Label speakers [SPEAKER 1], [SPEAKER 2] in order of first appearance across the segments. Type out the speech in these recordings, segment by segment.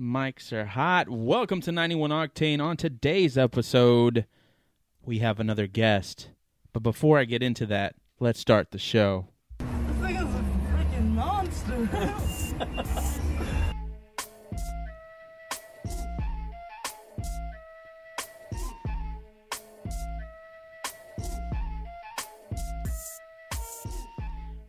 [SPEAKER 1] Mics are hot. Welcome to 91 Octane. On today's episode, we have another guest. But before I get into that, let's start the show.
[SPEAKER 2] This nigga's a freaking monster.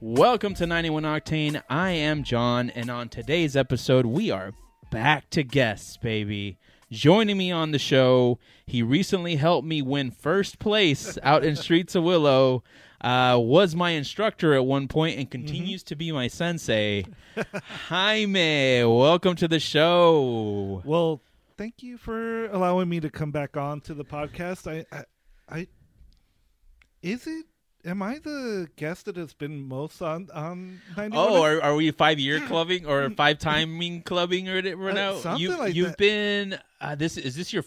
[SPEAKER 1] Welcome to 91 Octane. I am John, and on today's episode, we are back to guests, baby. Joining me on the show, he recently helped me win first place out in Streets of Willow. Uh, was my instructor at one point
[SPEAKER 3] Mm-hmm.
[SPEAKER 1] and continues to be my sensei. Jaime, welcome to the show.
[SPEAKER 3] Well, thank you for allowing me to come back on to the podcast. I, I, I is it? Am I the guest that has been most on on? 91?
[SPEAKER 1] Oh, are, are we five year clubbing or five timing clubbing or whatever?
[SPEAKER 3] Uh,
[SPEAKER 1] now?
[SPEAKER 3] something
[SPEAKER 1] you,
[SPEAKER 3] like
[SPEAKER 1] you've
[SPEAKER 3] that.
[SPEAKER 1] been uh, this is this your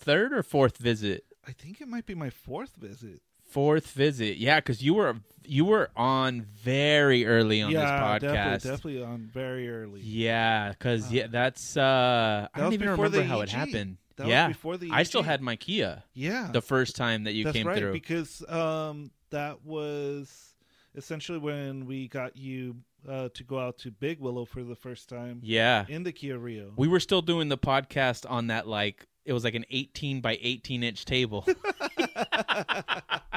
[SPEAKER 1] third or fourth visit?
[SPEAKER 3] I think it might be my fourth visit.
[SPEAKER 1] Fourth visit, yeah, because you were you were on very early on
[SPEAKER 3] yeah,
[SPEAKER 1] this podcast.
[SPEAKER 3] definitely, definitely on very early.
[SPEAKER 1] Yeah, because yeah, that's uh, I
[SPEAKER 3] that
[SPEAKER 1] don't
[SPEAKER 3] was
[SPEAKER 1] even
[SPEAKER 3] before the
[SPEAKER 1] remember how it
[SPEAKER 3] EG.
[SPEAKER 1] happened.
[SPEAKER 3] That was
[SPEAKER 1] yeah,
[SPEAKER 3] before the
[SPEAKER 1] I still
[SPEAKER 3] EG.
[SPEAKER 1] had my Kia
[SPEAKER 3] Yeah,
[SPEAKER 1] the first time that you
[SPEAKER 3] that's
[SPEAKER 1] came
[SPEAKER 3] right
[SPEAKER 1] through.
[SPEAKER 3] because um that was essentially when we got you uh, to go out to Big Willow for the first time
[SPEAKER 1] yeah,
[SPEAKER 3] in the Kia Rio.
[SPEAKER 1] we were still doing the podcast on that like it was like an 18 by 18 inch table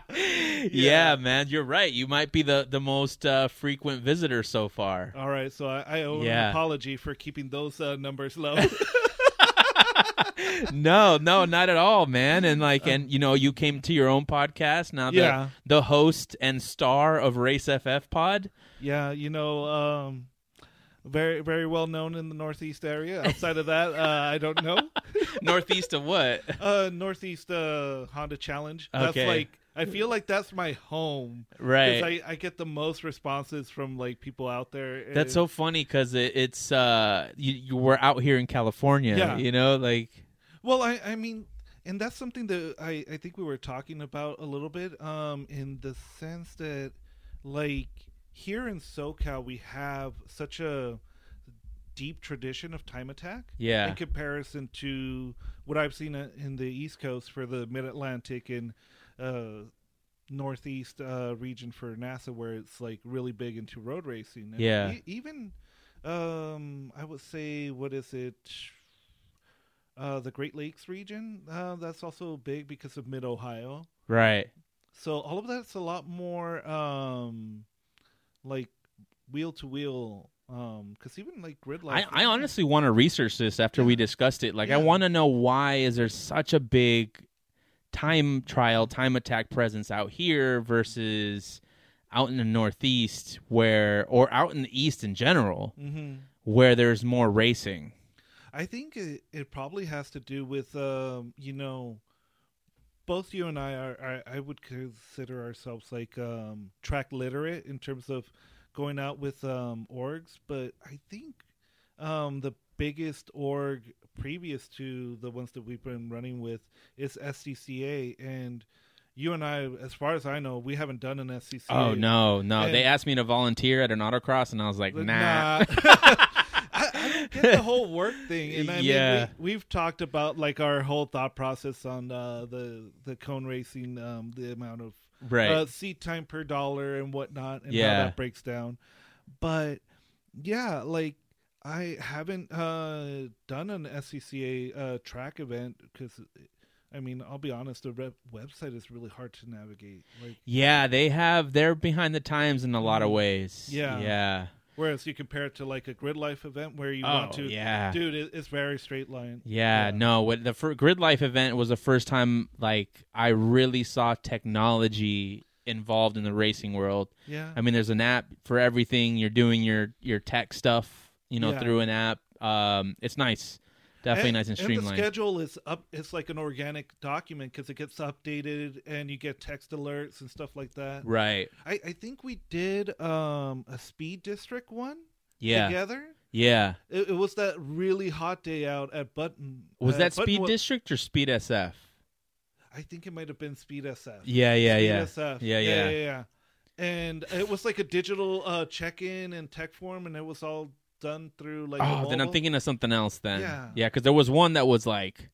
[SPEAKER 1] yeah. man you're right you might be the the most uh, frequent visitor so far
[SPEAKER 3] All right, so I, I owe
[SPEAKER 1] Yeah.
[SPEAKER 3] an apology for keeping those uh, numbers low.
[SPEAKER 1] no no not at all man and like and you know you came to your own podcast now the,
[SPEAKER 3] Yeah.
[SPEAKER 1] the host and star of race ff pod
[SPEAKER 3] yeah, you know, um, very very well known in the Northeast area. Outside of that, uh, I don't know.
[SPEAKER 1] northeast of what
[SPEAKER 3] Uh, Northeast uh, Honda Challenge. That's
[SPEAKER 1] Okay.
[SPEAKER 3] like I feel like that's my home. 'Cause
[SPEAKER 1] right
[SPEAKER 3] I, I get the most responses from like people out there.
[SPEAKER 1] that's so
[SPEAKER 3] Uh,
[SPEAKER 1] funny because it, it's uh you, you were out here in california
[SPEAKER 3] Yeah.
[SPEAKER 1] you know like
[SPEAKER 3] Well, I, I mean, and that's something that I, I think we were talking about a little bit um, in the sense that, like, here in SoCal, we have such a deep tradition of time attack
[SPEAKER 1] Yeah.
[SPEAKER 3] in comparison to what I've seen uh, in the East Coast for the Mid Atlantic and uh, Northeast uh, region for NASA, where it's like really big into road racing. And
[SPEAKER 1] Yeah.
[SPEAKER 3] e- even, um, I would say, what is it? uh, the Great Lakes region. Uh, that's also big because of Mid Ohio.
[SPEAKER 1] right
[SPEAKER 3] So all of that's a lot more um, like wheel to wheel. Because even like grid
[SPEAKER 1] I,
[SPEAKER 3] life,
[SPEAKER 1] I honestly want to research this after we discussed it. Like, I
[SPEAKER 3] Yeah.
[SPEAKER 1] want to know why is there such a big time trial, time attack presence out here versus out in the Northeast, where or out in the East in general,
[SPEAKER 3] hmm
[SPEAKER 1] where there's more racing.
[SPEAKER 3] I think it, it probably has to do with um, you know, both you and I are, I I would consider ourselves like um, track literate in terms of going out with um, orgs, but I think um, the biggest org previous to the ones that we've been running with is SCCA and. You and I, as far as I know, we haven't done an SCCA.
[SPEAKER 1] Oh no, no!
[SPEAKER 3] And-
[SPEAKER 1] they asked me to volunteer at an autocross, and I was like,
[SPEAKER 3] Like,
[SPEAKER 1] nah.
[SPEAKER 3] nah. I, I don't get the whole work thing, and I
[SPEAKER 1] Yeah.
[SPEAKER 3] mean, we, we've talked about like our whole thought process on uh, the the cone racing, um, the amount of
[SPEAKER 1] right.
[SPEAKER 3] uh, seat time per dollar and whatnot, and
[SPEAKER 1] Yeah.
[SPEAKER 3] how that breaks down. But yeah, like I haven't uh, done an SCCA uh, track event because, I mean, I'll be honest, the re- website is really hard to navigate. Like,
[SPEAKER 1] yeah, they have. They're behind the times in a lot of ways.
[SPEAKER 3] mm-hmm. Yeah.
[SPEAKER 1] Yeah.
[SPEAKER 3] whereas you compare it to like a grid life event where you want
[SPEAKER 1] Oh,
[SPEAKER 3] to
[SPEAKER 1] yeah.
[SPEAKER 3] dude it, it's very straight line
[SPEAKER 1] Yeah,
[SPEAKER 3] Yeah.
[SPEAKER 1] no. What the fir- grid life event was the first time like I really saw technology involved in the racing world.
[SPEAKER 3] yeah
[SPEAKER 1] I mean, there's an app for everything. You're doing your your tech stuff, you know,
[SPEAKER 3] Yeah.
[SPEAKER 1] through an app. Um, it's nice, definitely nice and streamlined.
[SPEAKER 3] the schedule is up it's like an organic document because it gets updated and you get text alerts and stuff like that
[SPEAKER 1] right?
[SPEAKER 3] I, I think we did um a speed district one
[SPEAKER 1] Yeah,
[SPEAKER 3] together
[SPEAKER 1] yeah.
[SPEAKER 3] it, it was that really hot day out at button
[SPEAKER 1] Was
[SPEAKER 3] uh,
[SPEAKER 1] that
[SPEAKER 3] Button-
[SPEAKER 1] Speed District or Speed SF?
[SPEAKER 3] i think it might have been speed sf
[SPEAKER 1] Yeah, yeah, yeah.
[SPEAKER 3] PSF.
[SPEAKER 1] Yeah, yeah.
[SPEAKER 3] yeah, yeah. And it was like a digital uh, check-in and tech form, and it was all done through like. a
[SPEAKER 1] Oh, then I'm
[SPEAKER 3] mobile-
[SPEAKER 1] thinking of something else then.
[SPEAKER 3] Yeah.
[SPEAKER 1] Yeah, because there was one that was like,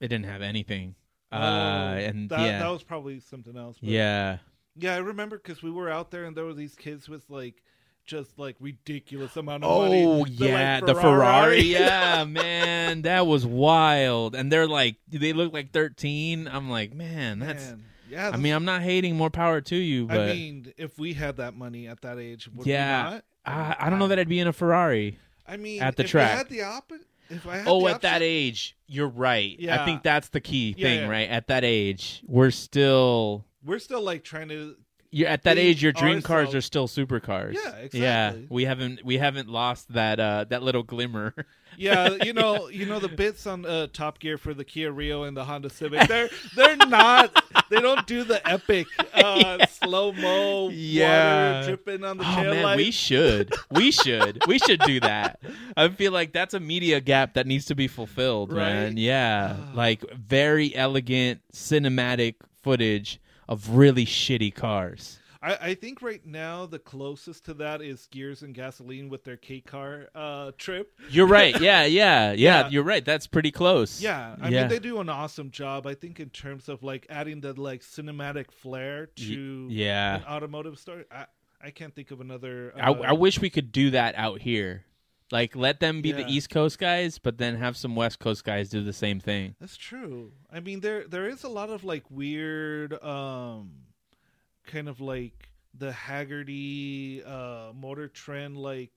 [SPEAKER 1] it didn't have anything. uh,
[SPEAKER 3] Oh,
[SPEAKER 1] and
[SPEAKER 3] that,
[SPEAKER 1] yeah,
[SPEAKER 3] that was probably something else. but-
[SPEAKER 1] yeah.
[SPEAKER 3] yeah, I remember because we were out there and there were these kids with like just like ridiculous amount of money.
[SPEAKER 1] Oh
[SPEAKER 3] They're, like,
[SPEAKER 1] yeah, the Ferrari. Yeah, man, that was wild. And they're like, they look like 13. I'm like, man, that's.
[SPEAKER 3] Man, yeah.
[SPEAKER 1] I mean, I'm not hating. More power to you,
[SPEAKER 3] I
[SPEAKER 1] but I,
[SPEAKER 3] mean, if we had that money at that age, would
[SPEAKER 1] Yeah.
[SPEAKER 3] we not?
[SPEAKER 1] I, don't know that I'd be in a Ferrari.
[SPEAKER 3] I mean,
[SPEAKER 1] At the
[SPEAKER 3] if I
[SPEAKER 1] track.
[SPEAKER 3] had the op- if I had
[SPEAKER 1] Oh,
[SPEAKER 3] the
[SPEAKER 1] at that
[SPEAKER 3] option-
[SPEAKER 1] age, you're right. I
[SPEAKER 3] Yeah.
[SPEAKER 1] think that's the key
[SPEAKER 3] Yeah,
[SPEAKER 1] thing,
[SPEAKER 3] yeah.
[SPEAKER 1] right? At that age, we're still.
[SPEAKER 3] we're still like trying to.
[SPEAKER 1] You're at that
[SPEAKER 3] We
[SPEAKER 1] age. Your dream
[SPEAKER 3] are
[SPEAKER 1] cars
[SPEAKER 3] still-
[SPEAKER 1] are still supercars.
[SPEAKER 3] Yeah,
[SPEAKER 1] Yeah,
[SPEAKER 3] exactly.
[SPEAKER 1] we haven't we haven't lost that uh that little glimmer.
[SPEAKER 3] Yeah, you know, you know the bits on uh, Top Gear for the Kia Rio and the Honda Civic. They're they're not. They don't do the epic uh, slow mo.
[SPEAKER 1] Yeah.
[SPEAKER 3] water dripping on the
[SPEAKER 1] Oh
[SPEAKER 3] tail
[SPEAKER 1] man,
[SPEAKER 3] light.
[SPEAKER 1] we should, we should, we should do that. I feel like that's a media gap that needs to be fulfilled,
[SPEAKER 3] Right?
[SPEAKER 1] man. Yeah,
[SPEAKER 3] Ah.
[SPEAKER 1] like very elegant cinematic footage of really shitty cars.
[SPEAKER 3] I, I think right now the closest to that is Gears and Gasoline with their K car uh, trip.
[SPEAKER 1] You're right. Yeah, yeah, yeah.
[SPEAKER 3] Yeah.
[SPEAKER 1] You're right. That's pretty close.
[SPEAKER 3] Yeah, I
[SPEAKER 1] Yeah.
[SPEAKER 3] mean they do an awesome job. I think in terms of like adding the like cinematic flair to
[SPEAKER 1] yeah.
[SPEAKER 3] an automotive story. I, I can't think of another.
[SPEAKER 1] I,
[SPEAKER 3] uh,
[SPEAKER 1] I wish we could do that out here. Like, let them be
[SPEAKER 3] Yeah.
[SPEAKER 1] the East Coast guys, but then have some West Coast guys do the same thing.
[SPEAKER 3] That's true. I mean, there there is a lot of like weird, um, kind of like the Haggerty uh, motor trend, like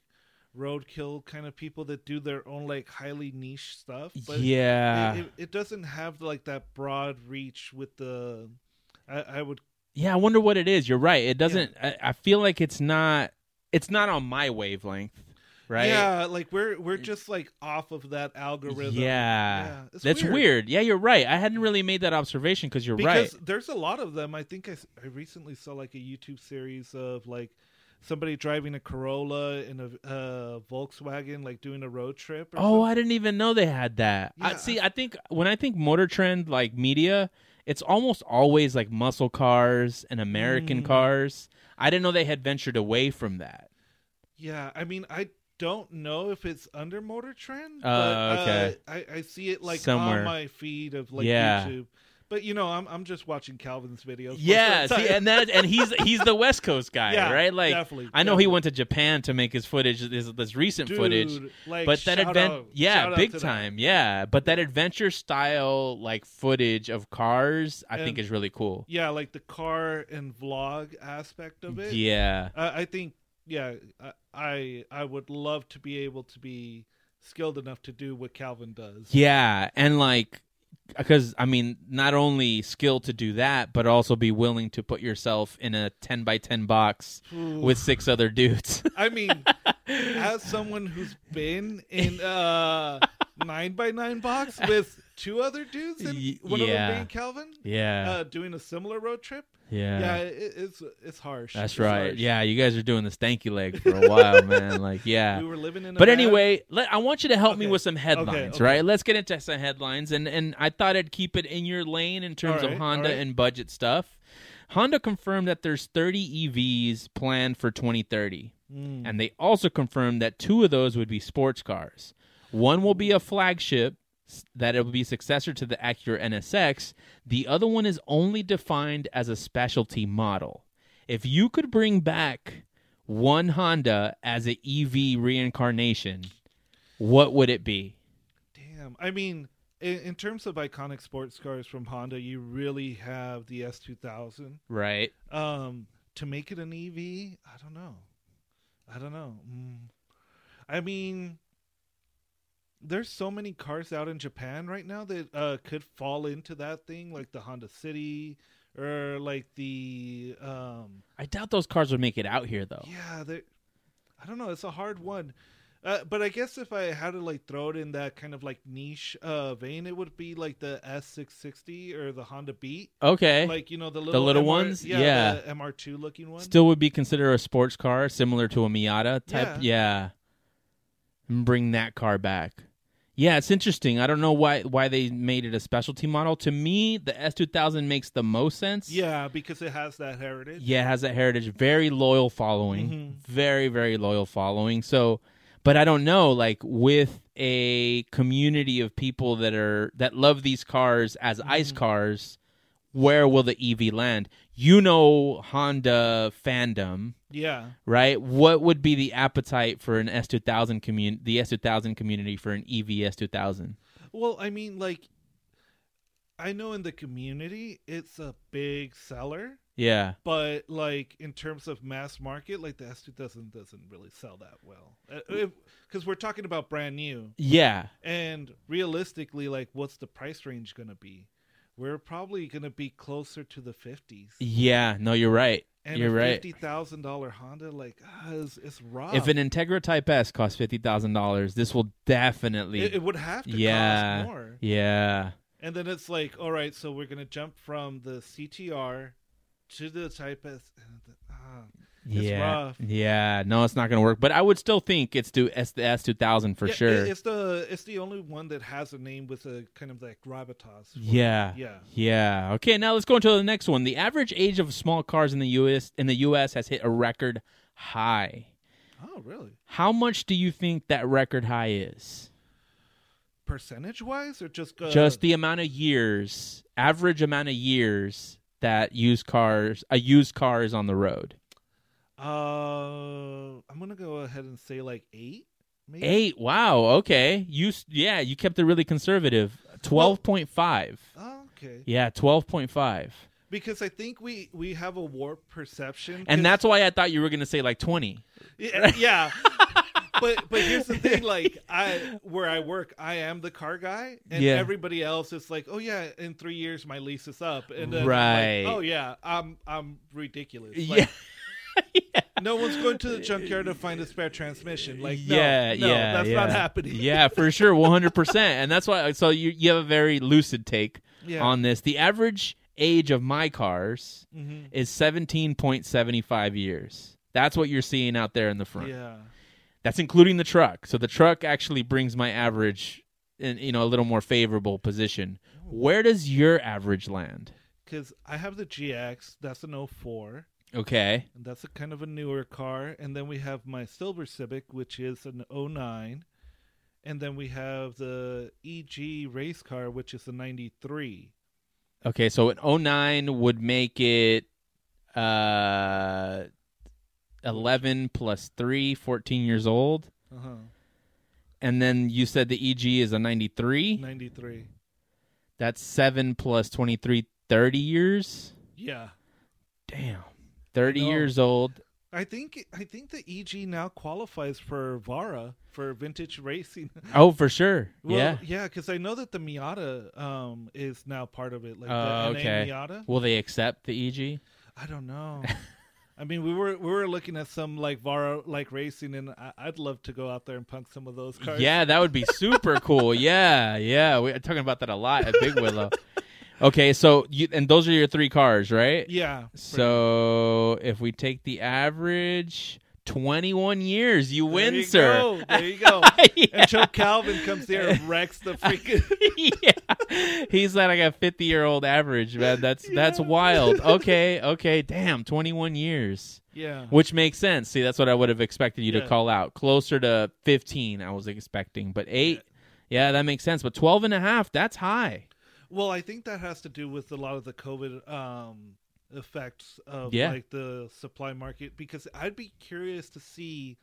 [SPEAKER 3] roadkill kind of people that do their own like highly niche stuff. But
[SPEAKER 1] yeah,
[SPEAKER 3] it, it, it doesn't have like that broad reach with the. I, I would.
[SPEAKER 1] yeah. I wonder what it is. You're right. It doesn't. I, I feel like it's not. It's not on my wavelength, right?
[SPEAKER 3] Yeah, like we're we're just like off of that algorithm.
[SPEAKER 1] Yeah.
[SPEAKER 3] Yeah, it's
[SPEAKER 1] That's weird.
[SPEAKER 3] weird.
[SPEAKER 1] Yeah, you're right. I hadn't really made that observation because you're
[SPEAKER 3] because
[SPEAKER 1] right.
[SPEAKER 3] there's a lot of them. I think I, s- I recently saw like a YouTube series of like somebody driving a Corolla in a uh, Volkswagen, like doing a road trip. Or
[SPEAKER 1] Oh,
[SPEAKER 3] something.
[SPEAKER 1] I didn't even know they had that. I,
[SPEAKER 3] Yeah.
[SPEAKER 1] see, I think when I think motor trend like media, it's almost always like muscle cars and American
[SPEAKER 3] Mm.
[SPEAKER 1] cars. I didn't know they had ventured away from that.
[SPEAKER 3] yeah. I mean, I don't know if it's under Motor Trend.
[SPEAKER 1] Oh,
[SPEAKER 3] but,
[SPEAKER 1] okay.
[SPEAKER 3] Uh, I, I see it like
[SPEAKER 1] Somewhere.
[SPEAKER 3] on my feed of like
[SPEAKER 1] Yeah.
[SPEAKER 3] YouTube. But you know, I'm I'm just watching Calvin's videos. most of
[SPEAKER 1] Yeah,
[SPEAKER 3] the
[SPEAKER 1] see,
[SPEAKER 3] time.
[SPEAKER 1] and that and he's he's the West Coast guy,
[SPEAKER 3] Yeah,
[SPEAKER 1] right? Like
[SPEAKER 3] definitely,
[SPEAKER 1] I know he
[SPEAKER 3] definitely.
[SPEAKER 1] went to Japan to make his footage this, this recent
[SPEAKER 3] Dude,
[SPEAKER 1] footage.
[SPEAKER 3] Like,
[SPEAKER 1] but that
[SPEAKER 3] shout
[SPEAKER 1] advent
[SPEAKER 3] out- shout
[SPEAKER 1] yeah
[SPEAKER 3] out
[SPEAKER 1] big
[SPEAKER 3] to that.
[SPEAKER 1] time yeah but that adventure style like footage of cars i think
[SPEAKER 3] And-
[SPEAKER 1] is really cool
[SPEAKER 3] Yeah, like the car and vlog aspect of it.
[SPEAKER 1] yeah
[SPEAKER 3] I I think, yeah, I- I I would love to be able to be skilled enough to do what Calvin does.
[SPEAKER 1] yeah and like because i mean not only skill to do that but also be willing to put yourself in a 10 by 10 box
[SPEAKER 3] Ooh.
[SPEAKER 1] with six other dudes
[SPEAKER 3] I mean, as someone who's been in a nine by nine box with two other dudes, and
[SPEAKER 1] Y-
[SPEAKER 3] one of
[SPEAKER 1] yeah.
[SPEAKER 3] them being Calvin,
[SPEAKER 1] yeah,
[SPEAKER 3] uh, doing a similar road trip.
[SPEAKER 1] yeah
[SPEAKER 3] Yeah, it, it's it's harsh.
[SPEAKER 1] that's
[SPEAKER 3] It's
[SPEAKER 1] right
[SPEAKER 3] harsh.
[SPEAKER 1] yeah you guys are doing the stanky leg for a while man like yeah
[SPEAKER 3] we were living in. A
[SPEAKER 1] But
[SPEAKER 3] van.
[SPEAKER 1] anyway, let, I want you to help me
[SPEAKER 3] Okay.
[SPEAKER 1] with some headlines,
[SPEAKER 3] okay.
[SPEAKER 1] right? Let's get into some headlines, and and I thought I'd keep it in your lane in terms of
[SPEAKER 3] Alright,
[SPEAKER 1] Honda
[SPEAKER 3] alright.
[SPEAKER 1] and budget stuff. Honda confirmed that there's 30 EVs planned for 2030,
[SPEAKER 3] Mm.
[SPEAKER 1] and they also confirmed that two of those would be sports cars. One will be a flagship s- that it will be successor to the Acura NSX. The other one is only defined as a specialty model. If you could bring back one Honda as an EV reincarnation, what would it be?
[SPEAKER 3] Damn. I mean, in, in terms of iconic sports cars from Honda, you really have the S two thousand.
[SPEAKER 1] Right.
[SPEAKER 3] Um, to make it an EV, I don't know. I don't know. Mm. I mean, there's so many cars out in Japan right now that uh, could fall into that thing, like the Honda City or like the um,
[SPEAKER 1] I doubt those cars would make it out here though.
[SPEAKER 3] yeah. There, I don't know. It's a hard one. Uh, but I guess if I had to like throw it in that kind of like niche uh, vein, it would be like the S660 or the Honda Beat,
[SPEAKER 1] Okay.
[SPEAKER 3] like you know the little
[SPEAKER 1] Eh. little
[SPEAKER 3] MR
[SPEAKER 1] ones?
[SPEAKER 3] yeah,
[SPEAKER 1] Yeah.
[SPEAKER 3] the MR2 looking one.
[SPEAKER 1] Still would be considered a sports car, similar to a Miata type. Yeah.
[SPEAKER 3] Yeah.
[SPEAKER 1] And bring that car back. Yeah, it's interesting. I don't know why why they made it a specialty model. To me, the S2000 makes the most sense.
[SPEAKER 3] Yeah, because it has that heritage.
[SPEAKER 1] Yeah, it has that heritage. Very loyal following.
[SPEAKER 3] Mhm.
[SPEAKER 1] Very, very loyal following. So but I don't know, like with a community of people that are that love these cars as
[SPEAKER 3] Mm-hmm.
[SPEAKER 1] ice cars, where will the EV land? You know Honda fandom,
[SPEAKER 3] Yeah.
[SPEAKER 1] right? What would be the appetite for an S two thousand community, the S two thousand community for an EV S two thousand?
[SPEAKER 3] Well, I mean, like, I know in the community it's a big seller,
[SPEAKER 1] Yeah,
[SPEAKER 3] but like in terms of mass market, like the S2000 doesn't doesn't really sell that well because we're talking about brand new
[SPEAKER 1] yeah,
[SPEAKER 3] and realistically, like, what's the price range gonna be? We're probably gonna be closer to the fifties.
[SPEAKER 1] yeah. No, you're right.
[SPEAKER 3] And
[SPEAKER 1] you're
[SPEAKER 3] a
[SPEAKER 1] right.
[SPEAKER 3] fifty thousand dollar Honda, like, ah, it's, it's rough.
[SPEAKER 1] If an Integra Type S costs fifty thousand dollars, this will definitely,
[SPEAKER 3] it, it would have to
[SPEAKER 1] Yeah.
[SPEAKER 3] cost more.
[SPEAKER 1] yeah,
[SPEAKER 3] And then it's like, all right, so we're gonna jump from the CTR to the Type S. and the- ah. It's
[SPEAKER 1] yeah,
[SPEAKER 3] rough.
[SPEAKER 1] yeah. No, it's not going to work. But I would still think it's do S the S two thousand for
[SPEAKER 3] Yeah, it-
[SPEAKER 1] sure.
[SPEAKER 3] it's the it's the only one that has a name with a kind of like gravitas. for it.
[SPEAKER 1] yeah.
[SPEAKER 3] yeah.
[SPEAKER 1] Yeah. Okay, now let's go into the next one. The average age of small cars in the US in the US has hit a record high.
[SPEAKER 3] Oh, really?
[SPEAKER 1] How much do you think that record high is?
[SPEAKER 3] Percentage wise, or just uh,
[SPEAKER 1] Just the amount of years, average amount of years that used cars a used car is on the road.
[SPEAKER 3] Uh, I'm gonna go ahead and say like eight. Maybe?
[SPEAKER 1] Eight. Wow. Okay. You s- yeah. You kept it really conservative. Twelve point five.
[SPEAKER 3] Oh, okay.
[SPEAKER 1] Yeah. Twelve point five.
[SPEAKER 3] Because I think we we have a warped perception,
[SPEAKER 1] And
[SPEAKER 3] 'cause-
[SPEAKER 1] that's why I thought you were gonna say like twenty.
[SPEAKER 3] yeah. yeah. but but here's the thing, like I where I work, I am the car guy, and
[SPEAKER 1] Yeah.
[SPEAKER 3] everybody else is like, oh yeah, in three years my lease is up, and then I'm like,
[SPEAKER 1] Right.
[SPEAKER 3] oh yeah, I'm I'm ridiculous. Like,
[SPEAKER 1] Yeah.
[SPEAKER 3] No one's going to the junkyard to find a spare transmission. Like, no,
[SPEAKER 1] yeah,
[SPEAKER 3] no,
[SPEAKER 1] yeah,
[SPEAKER 3] that's
[SPEAKER 1] yeah.
[SPEAKER 3] not happening.
[SPEAKER 1] yeah, for sure, one hundred percent. And that's why. So you you have a very lucid take
[SPEAKER 3] Yeah.
[SPEAKER 1] on this. The average age of my cars
[SPEAKER 3] Mhm.
[SPEAKER 1] is seventeen point seventy five years. That's what you're seeing out there in the front.
[SPEAKER 3] yeah.
[SPEAKER 1] That's including the truck. So the truck actually brings my average in you know a little more favorable position. Where does your average land?
[SPEAKER 3] Because I have the GX, that's an 04,
[SPEAKER 1] Okay.
[SPEAKER 3] and that's a kind of a newer car. And then we have my Silver Civic, which is an 09. And then we have the EG race car, which is a 93.
[SPEAKER 1] Okay, so an 09 would make it uh 11 plus 3, 14 years old.
[SPEAKER 3] Uh-huh.
[SPEAKER 1] And then you said the EG is a 93.
[SPEAKER 3] 93.
[SPEAKER 1] That's 7 plus 23, 30 years.
[SPEAKER 3] Yeah.
[SPEAKER 1] Damn. 30
[SPEAKER 3] I know.
[SPEAKER 1] years old.
[SPEAKER 3] I think I think the EG now qualifies for Vara for vintage racing.
[SPEAKER 1] Oh, for sure.
[SPEAKER 3] Well,
[SPEAKER 1] yeah.
[SPEAKER 3] yeah, because I know that the Miata um, is now part of it, like
[SPEAKER 1] Oh,
[SPEAKER 3] the
[SPEAKER 1] okay.
[SPEAKER 3] NA Miata.
[SPEAKER 1] Will they accept the E EG?
[SPEAKER 3] I don't know. I mean, we were we were looking at some like Vara like racing, and I, I'd love to go out there and punk some of those cars.
[SPEAKER 1] Yeah, that would be super cool. Yeah, yeah. We're talking about that a lot at Big Willow. okay, so you and those are your three cars, right?
[SPEAKER 3] yeah.
[SPEAKER 1] So if we take the average, twenty-one years, you
[SPEAKER 3] There
[SPEAKER 1] win,
[SPEAKER 3] you
[SPEAKER 1] sir.
[SPEAKER 3] go. There you go.
[SPEAKER 1] yeah.
[SPEAKER 3] And Joe Calvin comes here and wrecks the freaking.
[SPEAKER 1] Yeah. he's like a fifty-year-old average man. That's that's
[SPEAKER 3] Yeah.
[SPEAKER 1] wild. Okay, okay, damn, twenty-one years,
[SPEAKER 3] yeah.
[SPEAKER 1] which makes sense. See, that's what I would have expected you to
[SPEAKER 3] Uh-huh. Yeah.
[SPEAKER 1] call out. Closer to fifteen, I was expecting, but eight, yeah, that makes sense. But 12 and a half, that's high.
[SPEAKER 3] Well, I think that has to do with a lot of the COVID um, effects of
[SPEAKER 1] Yeah.
[SPEAKER 3] like the supply market because I'd be curious to see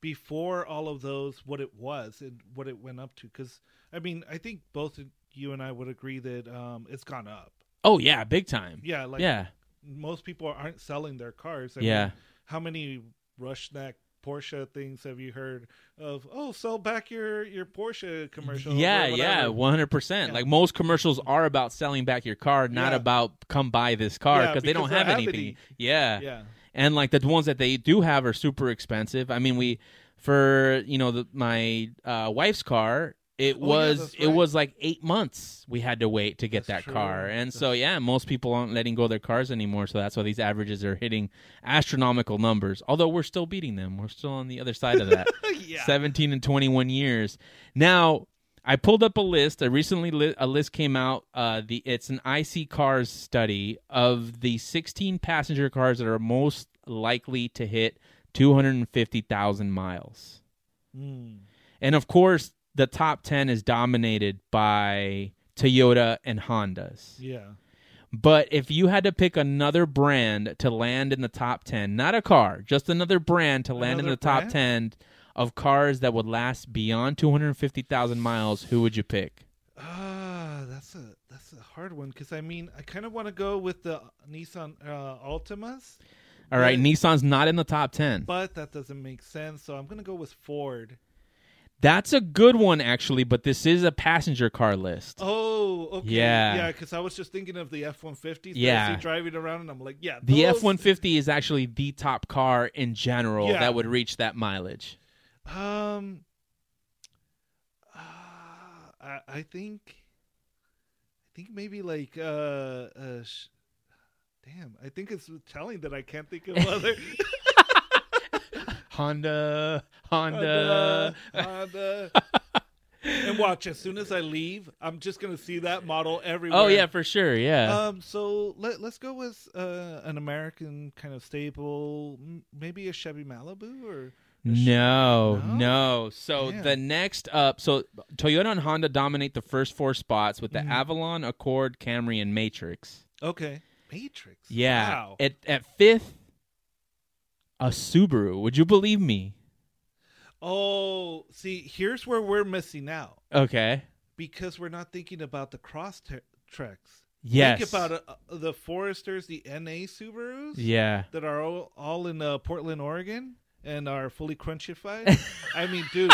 [SPEAKER 3] before all of those what it was and what it went up to because I mean I think both of you and I would agree that um, it's gone up.
[SPEAKER 1] Oh yeah, big time.
[SPEAKER 3] Yeah, like
[SPEAKER 1] yeah,
[SPEAKER 3] most people aren't selling their cars. I
[SPEAKER 1] yeah.
[SPEAKER 3] mean, how many Rushneck Porsche things have you heard of? Oh, sell back your your Porsche commercial. or
[SPEAKER 1] Yeah, yeah,
[SPEAKER 3] whatever.
[SPEAKER 1] one hundred percent.
[SPEAKER 3] Yeah.
[SPEAKER 1] Like most commercials are about selling back your car, not
[SPEAKER 3] Yeah.
[SPEAKER 1] about come buy this car
[SPEAKER 3] Yeah,
[SPEAKER 1] because they don't
[SPEAKER 3] because
[SPEAKER 1] have
[SPEAKER 3] they don't have
[SPEAKER 1] anything.
[SPEAKER 3] any.
[SPEAKER 1] Yeah.
[SPEAKER 3] yeah.
[SPEAKER 1] and like the ones that they do have are super expensive. I mean, we for you know the, my uh, wife's car. It
[SPEAKER 3] Oh, yeah,
[SPEAKER 1] was
[SPEAKER 3] that's
[SPEAKER 1] it
[SPEAKER 3] right.
[SPEAKER 1] was like eight months we had to wait to get that
[SPEAKER 3] That's true.
[SPEAKER 1] car, and
[SPEAKER 3] That's
[SPEAKER 1] so yeah, most people aren't letting go of their cars anymore. So that's why these averages are hitting astronomical numbers. Although we're still beating them, we're still on the other side of that.
[SPEAKER 3] yeah.
[SPEAKER 1] 17 and 21 years. Now, I pulled up a list. I recently li- a list came out. Uh, the it's an IC cars study of the 16 passenger cars that are most likely to hit 250,000 miles.
[SPEAKER 3] Mm.
[SPEAKER 1] And of course, the top 10 is dominated by Toyota and Hondas.
[SPEAKER 3] Yeah.
[SPEAKER 1] But if you had to pick another brand to land in the top 10, not a car, just another brand to land in
[SPEAKER 3] Another
[SPEAKER 1] the top 10
[SPEAKER 3] brand?
[SPEAKER 1] of cars that would last beyond 250,000 miles, who would you pick?
[SPEAKER 3] Ah, that's a that's a hard one because I mean I kind of want to go with the Nissan uh, Altimas,
[SPEAKER 1] All right,
[SPEAKER 3] But-
[SPEAKER 1] Nissan's not in the top 10.
[SPEAKER 3] but that doesn't make sense. So I'm gonna go with Ford.
[SPEAKER 1] That's a good one, actually, but this is a passenger car list.
[SPEAKER 3] Oh, okay,
[SPEAKER 1] Yeah.
[SPEAKER 3] yeah. Because I was just thinking of the F-150s.
[SPEAKER 1] Yeah.
[SPEAKER 3] Yeah, driving around, and I'm like, yeah,
[SPEAKER 1] The
[SPEAKER 3] those-
[SPEAKER 1] F 150 is actually the top car in general
[SPEAKER 3] Yeah.
[SPEAKER 1] that would reach that mileage.
[SPEAKER 3] Um, ah, I, I think, I think maybe like uh, uh sh- damn, I think it's telling that I can't think of other
[SPEAKER 1] Honda, Honda.
[SPEAKER 3] Honda, Honda. uh, and watch. As soon as I leave, I'm just gonna see that model everywhere.
[SPEAKER 1] Oh, yeah, for sure. Yeah.
[SPEAKER 3] Um, so let let's go with uh, an American kind of staple, m- maybe a Chevy Malibu or a Che-
[SPEAKER 1] No, no.
[SPEAKER 3] No?
[SPEAKER 1] So
[SPEAKER 3] Man.
[SPEAKER 1] the next up, so Toyota and Honda dominate the first four spots with the
[SPEAKER 3] Mhm.
[SPEAKER 1] Avalon, Accord, Camry, and Matrix.
[SPEAKER 3] okay Matrix.
[SPEAKER 1] Yeah.
[SPEAKER 3] Wow.
[SPEAKER 1] At at fifth, a Subaru. Would you believe me?
[SPEAKER 3] oh, see, here's where we're missing out.
[SPEAKER 1] Okay.
[SPEAKER 3] because we're not thinking about the cross te- tracks.
[SPEAKER 1] Yes.
[SPEAKER 3] Think about uh, the Foresters, the NA Subarus
[SPEAKER 1] Yeah.
[SPEAKER 3] that are all, all in uh, Portland, Oregon, and are fully crunchified. I mean, dude,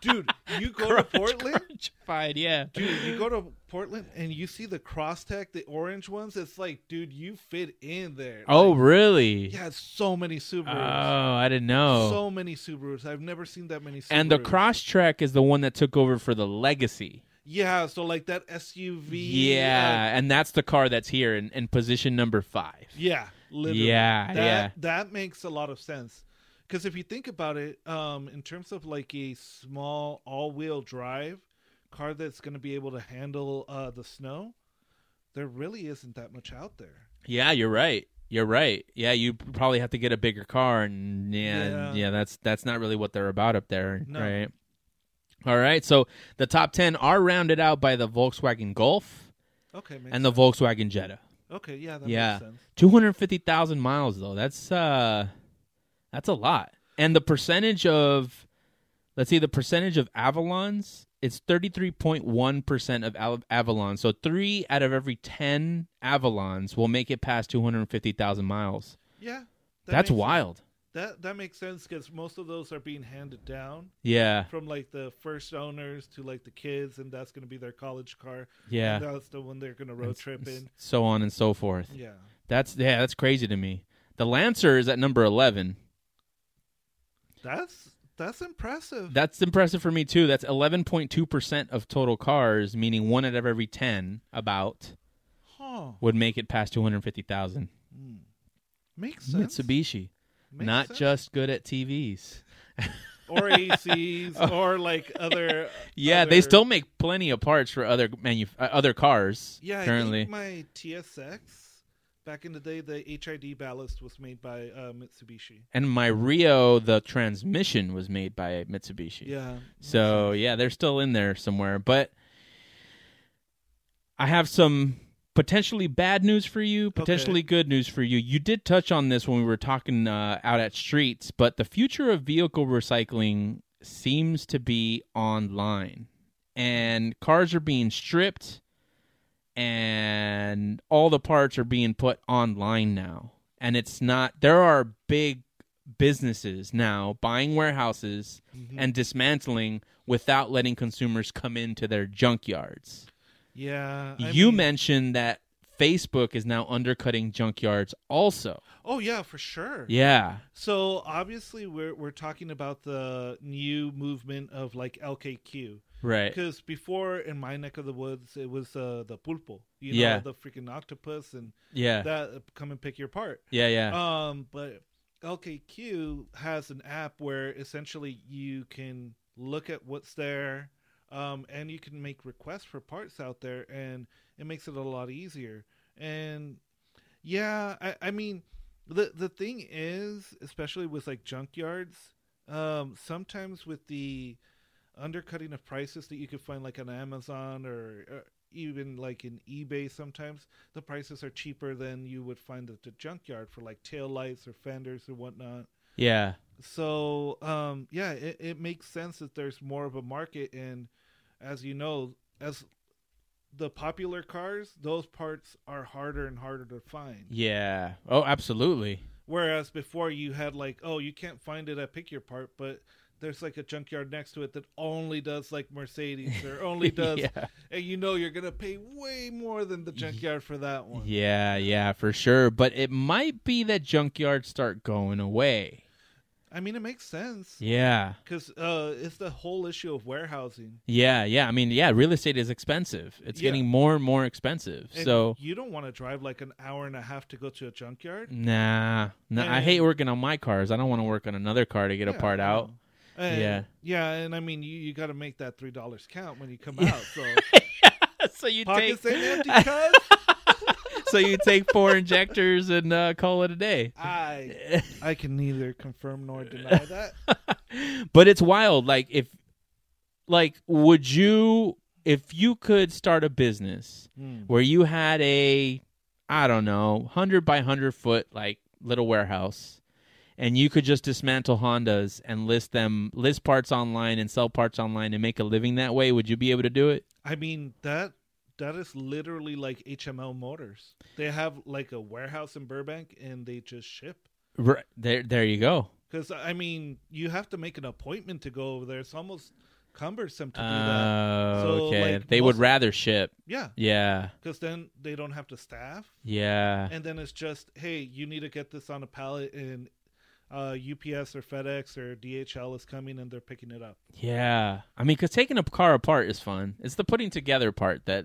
[SPEAKER 3] dude, you go to Portland.
[SPEAKER 1] Crunchified, yeah.
[SPEAKER 3] Dude, you go to Portland and you see the Crosstech, the orange ones. It's like, dude, you fit in there.
[SPEAKER 1] Oh,
[SPEAKER 3] Like,
[SPEAKER 1] really?
[SPEAKER 3] yeah, so many
[SPEAKER 1] Oh,
[SPEAKER 3] Subarus,
[SPEAKER 1] I didn't know.
[SPEAKER 3] so many Subarus. I've never seen that many. Subarus.
[SPEAKER 1] and the Crosstrek is the one that took over for the Legacy.
[SPEAKER 3] yeah. So like that SUV, uh,
[SPEAKER 1] yeah, and that's the car that's here in, in position number five.
[SPEAKER 3] Yeah, literally.
[SPEAKER 1] Yeah,
[SPEAKER 3] that,
[SPEAKER 1] yeah.
[SPEAKER 3] That makes a lot of sense. Because if you think about it, um, in terms of like a small all-wheel drive car that's going to be able to handle uh, the snow, there really isn't that much out there.
[SPEAKER 1] Yeah, you're right. You're right. Yeah, you probably have to get a bigger car, and yeah, yeah,
[SPEAKER 3] Yeah.
[SPEAKER 1] that's that's not really what they're about up there,
[SPEAKER 3] No.
[SPEAKER 1] right? All right, so the top ten are rounded out by the Volkswagen Golf
[SPEAKER 3] Okay, makes
[SPEAKER 1] and the
[SPEAKER 3] sense.
[SPEAKER 1] Volkswagen Jetta.
[SPEAKER 3] okay, yeah, that
[SPEAKER 1] Yeah.
[SPEAKER 3] makes sense.
[SPEAKER 1] Two hundred fifty thousand miles, though. That's uh, that's a lot. And the percentage of, let's see, the percentage of Avalons, it's thirty three point one percent of Av- Avalons. So three out of every ten Avalons will make it past two hundred fifty thousand miles.
[SPEAKER 3] Yeah, that
[SPEAKER 1] That's
[SPEAKER 3] makes-
[SPEAKER 1] wild.
[SPEAKER 3] That that makes sense because most of those are being handed down
[SPEAKER 1] Yeah,
[SPEAKER 3] from like the first owners to like the kids, and that's going to be their college car.
[SPEAKER 1] yeah.
[SPEAKER 3] and that's the one they're going to road
[SPEAKER 1] And
[SPEAKER 3] trip
[SPEAKER 1] s-
[SPEAKER 3] in.
[SPEAKER 1] So on and so forth.
[SPEAKER 3] Yeah.
[SPEAKER 1] That's yeah, that's crazy to me. The Lancer is at number eleven.
[SPEAKER 3] That's that's impressive.
[SPEAKER 1] That's impressive for me too. That's eleven point two percent of total cars, meaning one out of every ten about
[SPEAKER 3] huh.
[SPEAKER 1] would make it past two hundred fifty thousand.
[SPEAKER 3] Mm. Makes sense.
[SPEAKER 1] Mitsubishi,
[SPEAKER 3] Makes
[SPEAKER 1] not
[SPEAKER 3] sense.
[SPEAKER 1] just good at TVs.
[SPEAKER 3] or ACs or like other.
[SPEAKER 1] Oh. Yeah, they
[SPEAKER 3] other-
[SPEAKER 1] still make plenty of parts for other manu- uh, other cars.
[SPEAKER 3] Yeah,
[SPEAKER 1] currently.
[SPEAKER 3] I think my TSX back in the day, the HID ballast was made by uh, Mitsubishi.
[SPEAKER 1] and my Rio, the transmission was made by Mitsubishi.
[SPEAKER 3] Yeah.
[SPEAKER 1] So yeah, they're still in there somewhere. But I have some potentially bad news for you, potentially good news for you. You did touch on this when we were talking uh, out at streets, but the future of vehicle recycling seems to be online, and cars are being stripped, and all the parts are being put online now. And it's not. There are big businesses now buying warehouses
[SPEAKER 3] Mhm.
[SPEAKER 1] and dismantling without letting consumers come into their junkyards.
[SPEAKER 3] yeah, I
[SPEAKER 1] you
[SPEAKER 3] mean-
[SPEAKER 1] mentioned that Facebook is now undercutting junkyards also.
[SPEAKER 3] Oh yeah, for sure.
[SPEAKER 1] Yeah.
[SPEAKER 3] So obviously we're we're talking about the new movement of like LKQ.
[SPEAKER 1] Right.
[SPEAKER 3] Because before in my neck of the woods, it was uh, the pulpo, you know,
[SPEAKER 1] Yeah. Eh.
[SPEAKER 3] the freaking octopus, and
[SPEAKER 1] Yeah.
[SPEAKER 3] that uh, come and pick your part.
[SPEAKER 1] yeah, yeah.
[SPEAKER 3] Um, but LKQ has an app where essentially you can look at what's there, um, and you can make requests for parts out there, and it makes it a lot easier. And yeah, I, I mean, the the thing is, especially with like junkyards, um, sometimes with the undercutting of prices that you could find like on Amazon or uh, even like in eBay sometimes the prices are cheaper than you would find at the junkyard for like tail lights or fenders or whatnot
[SPEAKER 1] Yeah.
[SPEAKER 3] so um, yeah it, it makes sense that there's more of a market and as you know as the popular cars those parts are harder and harder to find
[SPEAKER 1] Yeah. Oh, absolutely.
[SPEAKER 3] Whereas before you had like, oh, you can't find it at Pick Your Part, but there's like a junkyard next to it that only does like Mercedes or only does,
[SPEAKER 1] yeah.
[SPEAKER 3] and you know you're gonna pay way more than the junkyard for that one.
[SPEAKER 1] Yeah, yeah, for sure. But it might be that junkyards start going away.
[SPEAKER 3] I mean, it makes sense
[SPEAKER 1] Yeah.
[SPEAKER 3] because uh, it's the whole issue of warehousing.
[SPEAKER 1] Yeah, yeah. I mean, yeah, real estate is expensive. It's
[SPEAKER 3] Yeah.
[SPEAKER 1] getting more and more expensive.
[SPEAKER 3] And
[SPEAKER 1] so Mm,
[SPEAKER 3] you don't want to drive like an hour and a half to go to a junkyard.
[SPEAKER 1] Nah, nah. I
[SPEAKER 3] And-
[SPEAKER 1] hate working on my cars. I don't want to work on another car to get a
[SPEAKER 3] Yeah,
[SPEAKER 1] part
[SPEAKER 3] I
[SPEAKER 1] out.
[SPEAKER 3] know. And-
[SPEAKER 1] Yeah.
[SPEAKER 3] yeah, and I mean, you, you got to make that three dollars count when you come
[SPEAKER 1] Yeah.
[SPEAKER 3] out. So
[SPEAKER 1] so you
[SPEAKER 3] pockets ain't empty,
[SPEAKER 1] take,
[SPEAKER 3] cuz
[SPEAKER 1] so you take four injectors and uh, call it a day.
[SPEAKER 3] I I can neither confirm nor deny that.
[SPEAKER 1] but it's wild. Like if, like, would you if you could start a business
[SPEAKER 3] Hmm.
[SPEAKER 1] where you had a, I don't know, hundred by hundred foot like little warehouse. And you could just dismantle Hondas and list them, list parts online and sell parts online and make a living that way. Would you be able to do it?
[SPEAKER 3] I mean that that is literally like HML Motors. They have like a warehouse in Burbank and they just ship.
[SPEAKER 1] Right. There, there you go.
[SPEAKER 3] Because I mean, you have to make an appointment to go over there. It's almost cumbersome to do that.
[SPEAKER 1] Oh,
[SPEAKER 3] So,
[SPEAKER 1] okay.
[SPEAKER 3] like,
[SPEAKER 1] they would
[SPEAKER 3] most-
[SPEAKER 1] rather ship.
[SPEAKER 3] Yeah,
[SPEAKER 1] Yeah.
[SPEAKER 3] because then they don't have to staff,
[SPEAKER 1] Yeah.
[SPEAKER 3] and then it's just hey, you need to get this on a pallet and. Uh, UPS or FedEx or DHL is coming and they're picking it up.
[SPEAKER 1] Yeah. I mean, because taking a car apart is fun. It's the putting together part that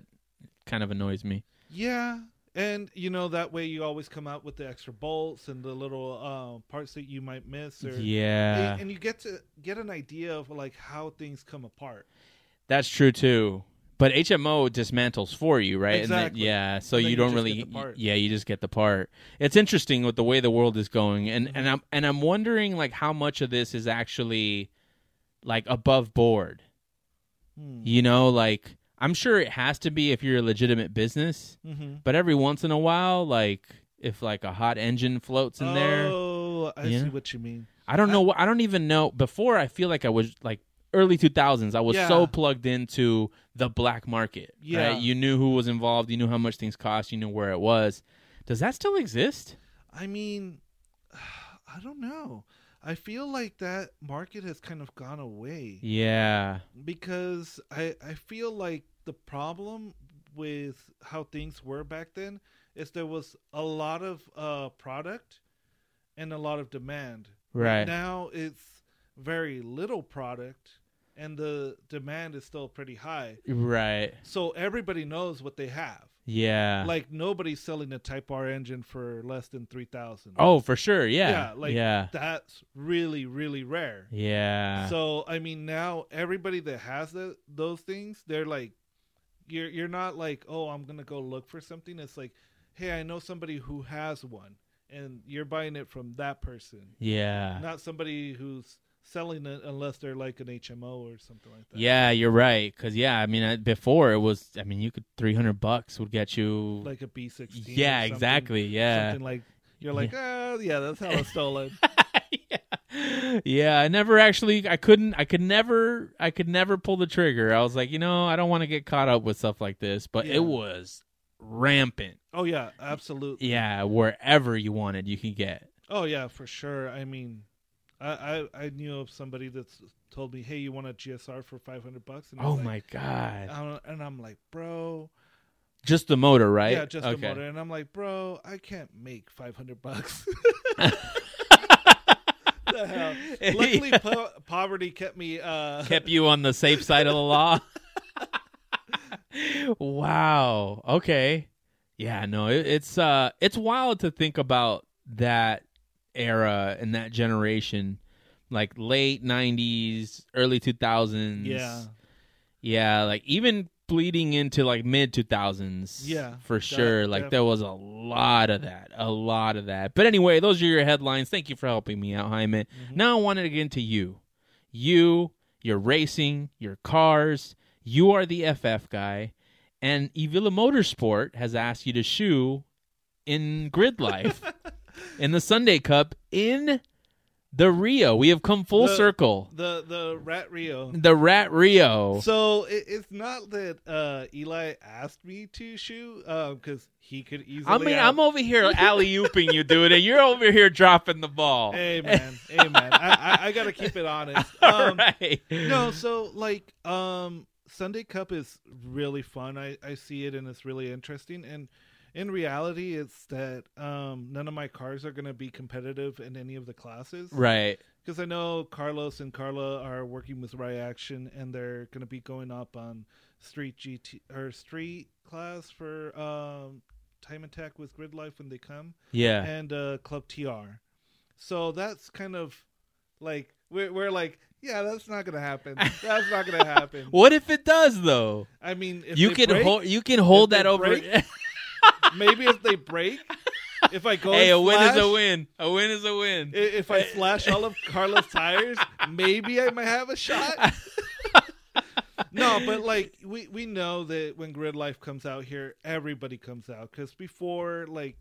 [SPEAKER 1] kind of annoys me.
[SPEAKER 3] Yeah, and you know that way you always come out with the extra bolts and the little uh, parts that you might miss or
[SPEAKER 1] Yeah.
[SPEAKER 3] and, and you get to get an idea of like how things come apart.
[SPEAKER 1] That's true, too. But HMO dismantles for you, right? And then-
[SPEAKER 3] Exactly.
[SPEAKER 1] yeah, so
[SPEAKER 3] And then
[SPEAKER 1] you
[SPEAKER 3] you
[SPEAKER 1] don't
[SPEAKER 3] just
[SPEAKER 1] really,
[SPEAKER 3] get the part.
[SPEAKER 1] yeah, you just get the part. It's interesting with the way the world is going, and
[SPEAKER 3] Mm-hmm.
[SPEAKER 1] and I'm and I'm wondering like how much of this is actually like above board.
[SPEAKER 3] Hmm.
[SPEAKER 1] You know, like I'm sure it has to be if you're a legitimate business,
[SPEAKER 3] Mm-hmm.
[SPEAKER 1] but every once in a while, like if like a hot engine floats in there,
[SPEAKER 3] Oh, I
[SPEAKER 1] Yeah.
[SPEAKER 3] see what you mean.
[SPEAKER 1] I don't know. what I don't even know. Before I feel like I was like early 2000s. I was so
[SPEAKER 3] Yeah.
[SPEAKER 1] plugged into the black market.
[SPEAKER 3] Yeah.
[SPEAKER 1] right? you knew who was involved. You knew how much things cost. You knew where it was. Does that still exist?
[SPEAKER 3] I mean, I don't know. I feel like that market has kind of gone away
[SPEAKER 1] Yeah,
[SPEAKER 3] because I I feel like the problem with how things were back then is there was a lot of uh product and a lot of demand.
[SPEAKER 1] right.
[SPEAKER 3] Now it's very little product and the demand is still pretty high.
[SPEAKER 1] Right.
[SPEAKER 3] So everybody knows what they have.
[SPEAKER 1] Yeah.
[SPEAKER 3] Like nobody's selling a Type R engine for less than 3000.
[SPEAKER 1] oh, for sure. Yeah.
[SPEAKER 3] Yeah, like-
[SPEAKER 1] yeah.
[SPEAKER 3] that's really really rare.
[SPEAKER 1] Yeah.
[SPEAKER 3] So I mean now everybody that has the, those things, they're like you're you're not like, "Oh, I'm going to go look for something." It's like, "Hey, I know somebody who has one." And you're buying it from that person.
[SPEAKER 1] yeah.
[SPEAKER 3] not somebody who's selling it unless they're like an HMO or something like that.
[SPEAKER 1] Yeah, you're right. Cause yeah, I mean, I, before it was, I mean, you could three hundred bucks would get you.
[SPEAKER 3] like a B sixteen.
[SPEAKER 1] yeah, exactly. Yeah,
[SPEAKER 3] something like you're like, oh yeah, that's how it's stolen.
[SPEAKER 1] yeah, yeah. I never actually, I couldn't, I could never, I could never pull the trigger. I was like, you know, I don't want to get caught up with stuff like this. But
[SPEAKER 3] Yeah.
[SPEAKER 1] it was rampant.
[SPEAKER 3] oh yeah, absolutely.
[SPEAKER 1] Yeah, wherever you wanted, you could get.
[SPEAKER 3] Oh yeah, for sure. I mean, I I, I knew of somebody that's told me, hey, you want a GSR for five hundred bucks? And I
[SPEAKER 1] Oh
[SPEAKER 3] was
[SPEAKER 1] my
[SPEAKER 3] like-
[SPEAKER 1] god,
[SPEAKER 3] I'm- And I'm like, bro,
[SPEAKER 1] just the motor, right?
[SPEAKER 3] yeah, just the motor. And I'm like, bro, I can't make five hundred bucks. the hell? Luckily, po- poverty kept me. Uh,
[SPEAKER 1] kept you on the safe side of the law. wow. Okay. Yeah. No. It, it's uh. It's wild to think about that era and that generation, like late '90s, early 2000s. Mm-hmm.
[SPEAKER 3] Yeah.
[SPEAKER 1] Yeah. Like even bleeding into like mid 2000s
[SPEAKER 3] Yeah,
[SPEAKER 1] for
[SPEAKER 3] def-
[SPEAKER 1] sure like
[SPEAKER 3] def-
[SPEAKER 1] there was a lot of that a lot of that but anyway those are your headlines thank you for helping me out Jaime
[SPEAKER 3] Mm-hmm.
[SPEAKER 1] now I wanted to get into you you your racing your cars you are the FF guy and Evila Motorsport has asked you to shoe in grid life in the Sunday Cup in the Rio we have come full
[SPEAKER 3] The-
[SPEAKER 1] circle
[SPEAKER 3] the the Rat Rio.
[SPEAKER 1] the Rat Rio
[SPEAKER 3] So it, it's not that uh, Eli asked me to shoot because he could easily.
[SPEAKER 1] I mean,
[SPEAKER 3] have-
[SPEAKER 1] I'm over here alley ooping you, dude, and you're over here dropping the ball.
[SPEAKER 3] Hey man, hey man, I, I, I gotta keep it honest.
[SPEAKER 1] All
[SPEAKER 3] Um,
[SPEAKER 1] right.
[SPEAKER 3] No, so like um, Sunday Cup is really fun. I I see it and it's really interesting. And in reality, it's that um, none of my cars are gonna be competitive in any of the classes.
[SPEAKER 1] Right.
[SPEAKER 3] because I know Carlos and Carla are working with Right Action, and they're going to be going up on Street GT or Street class for um, Time Attack with Grid Life when they come,
[SPEAKER 1] Yeah.
[SPEAKER 3] and uh, Club TR. So that's kind of like we're we're like, yeah, that's not going to happen. That's not going to happen.
[SPEAKER 1] What if it does though?
[SPEAKER 3] I mean, if
[SPEAKER 1] you
[SPEAKER 3] they
[SPEAKER 1] can
[SPEAKER 3] break,
[SPEAKER 1] hold. You can hold
[SPEAKER 3] If
[SPEAKER 1] that
[SPEAKER 3] they
[SPEAKER 1] over.
[SPEAKER 3] break, maybe if they break, if I go,
[SPEAKER 1] hey, a
[SPEAKER 3] and
[SPEAKER 1] win is
[SPEAKER 3] flash-
[SPEAKER 1] a win. A win is a win.
[SPEAKER 3] i- If I slash all of Carla's tires, maybe I might have a shot. no, but like we we know that when Grid Life comes out here, everybody comes out because before like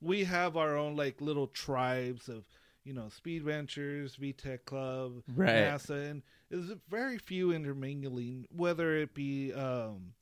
[SPEAKER 3] we have our own like little tribes of you know Speed Ventures, VTech Club,
[SPEAKER 1] Right.
[SPEAKER 3] NASA, and there's very few intermingling, whether it be um,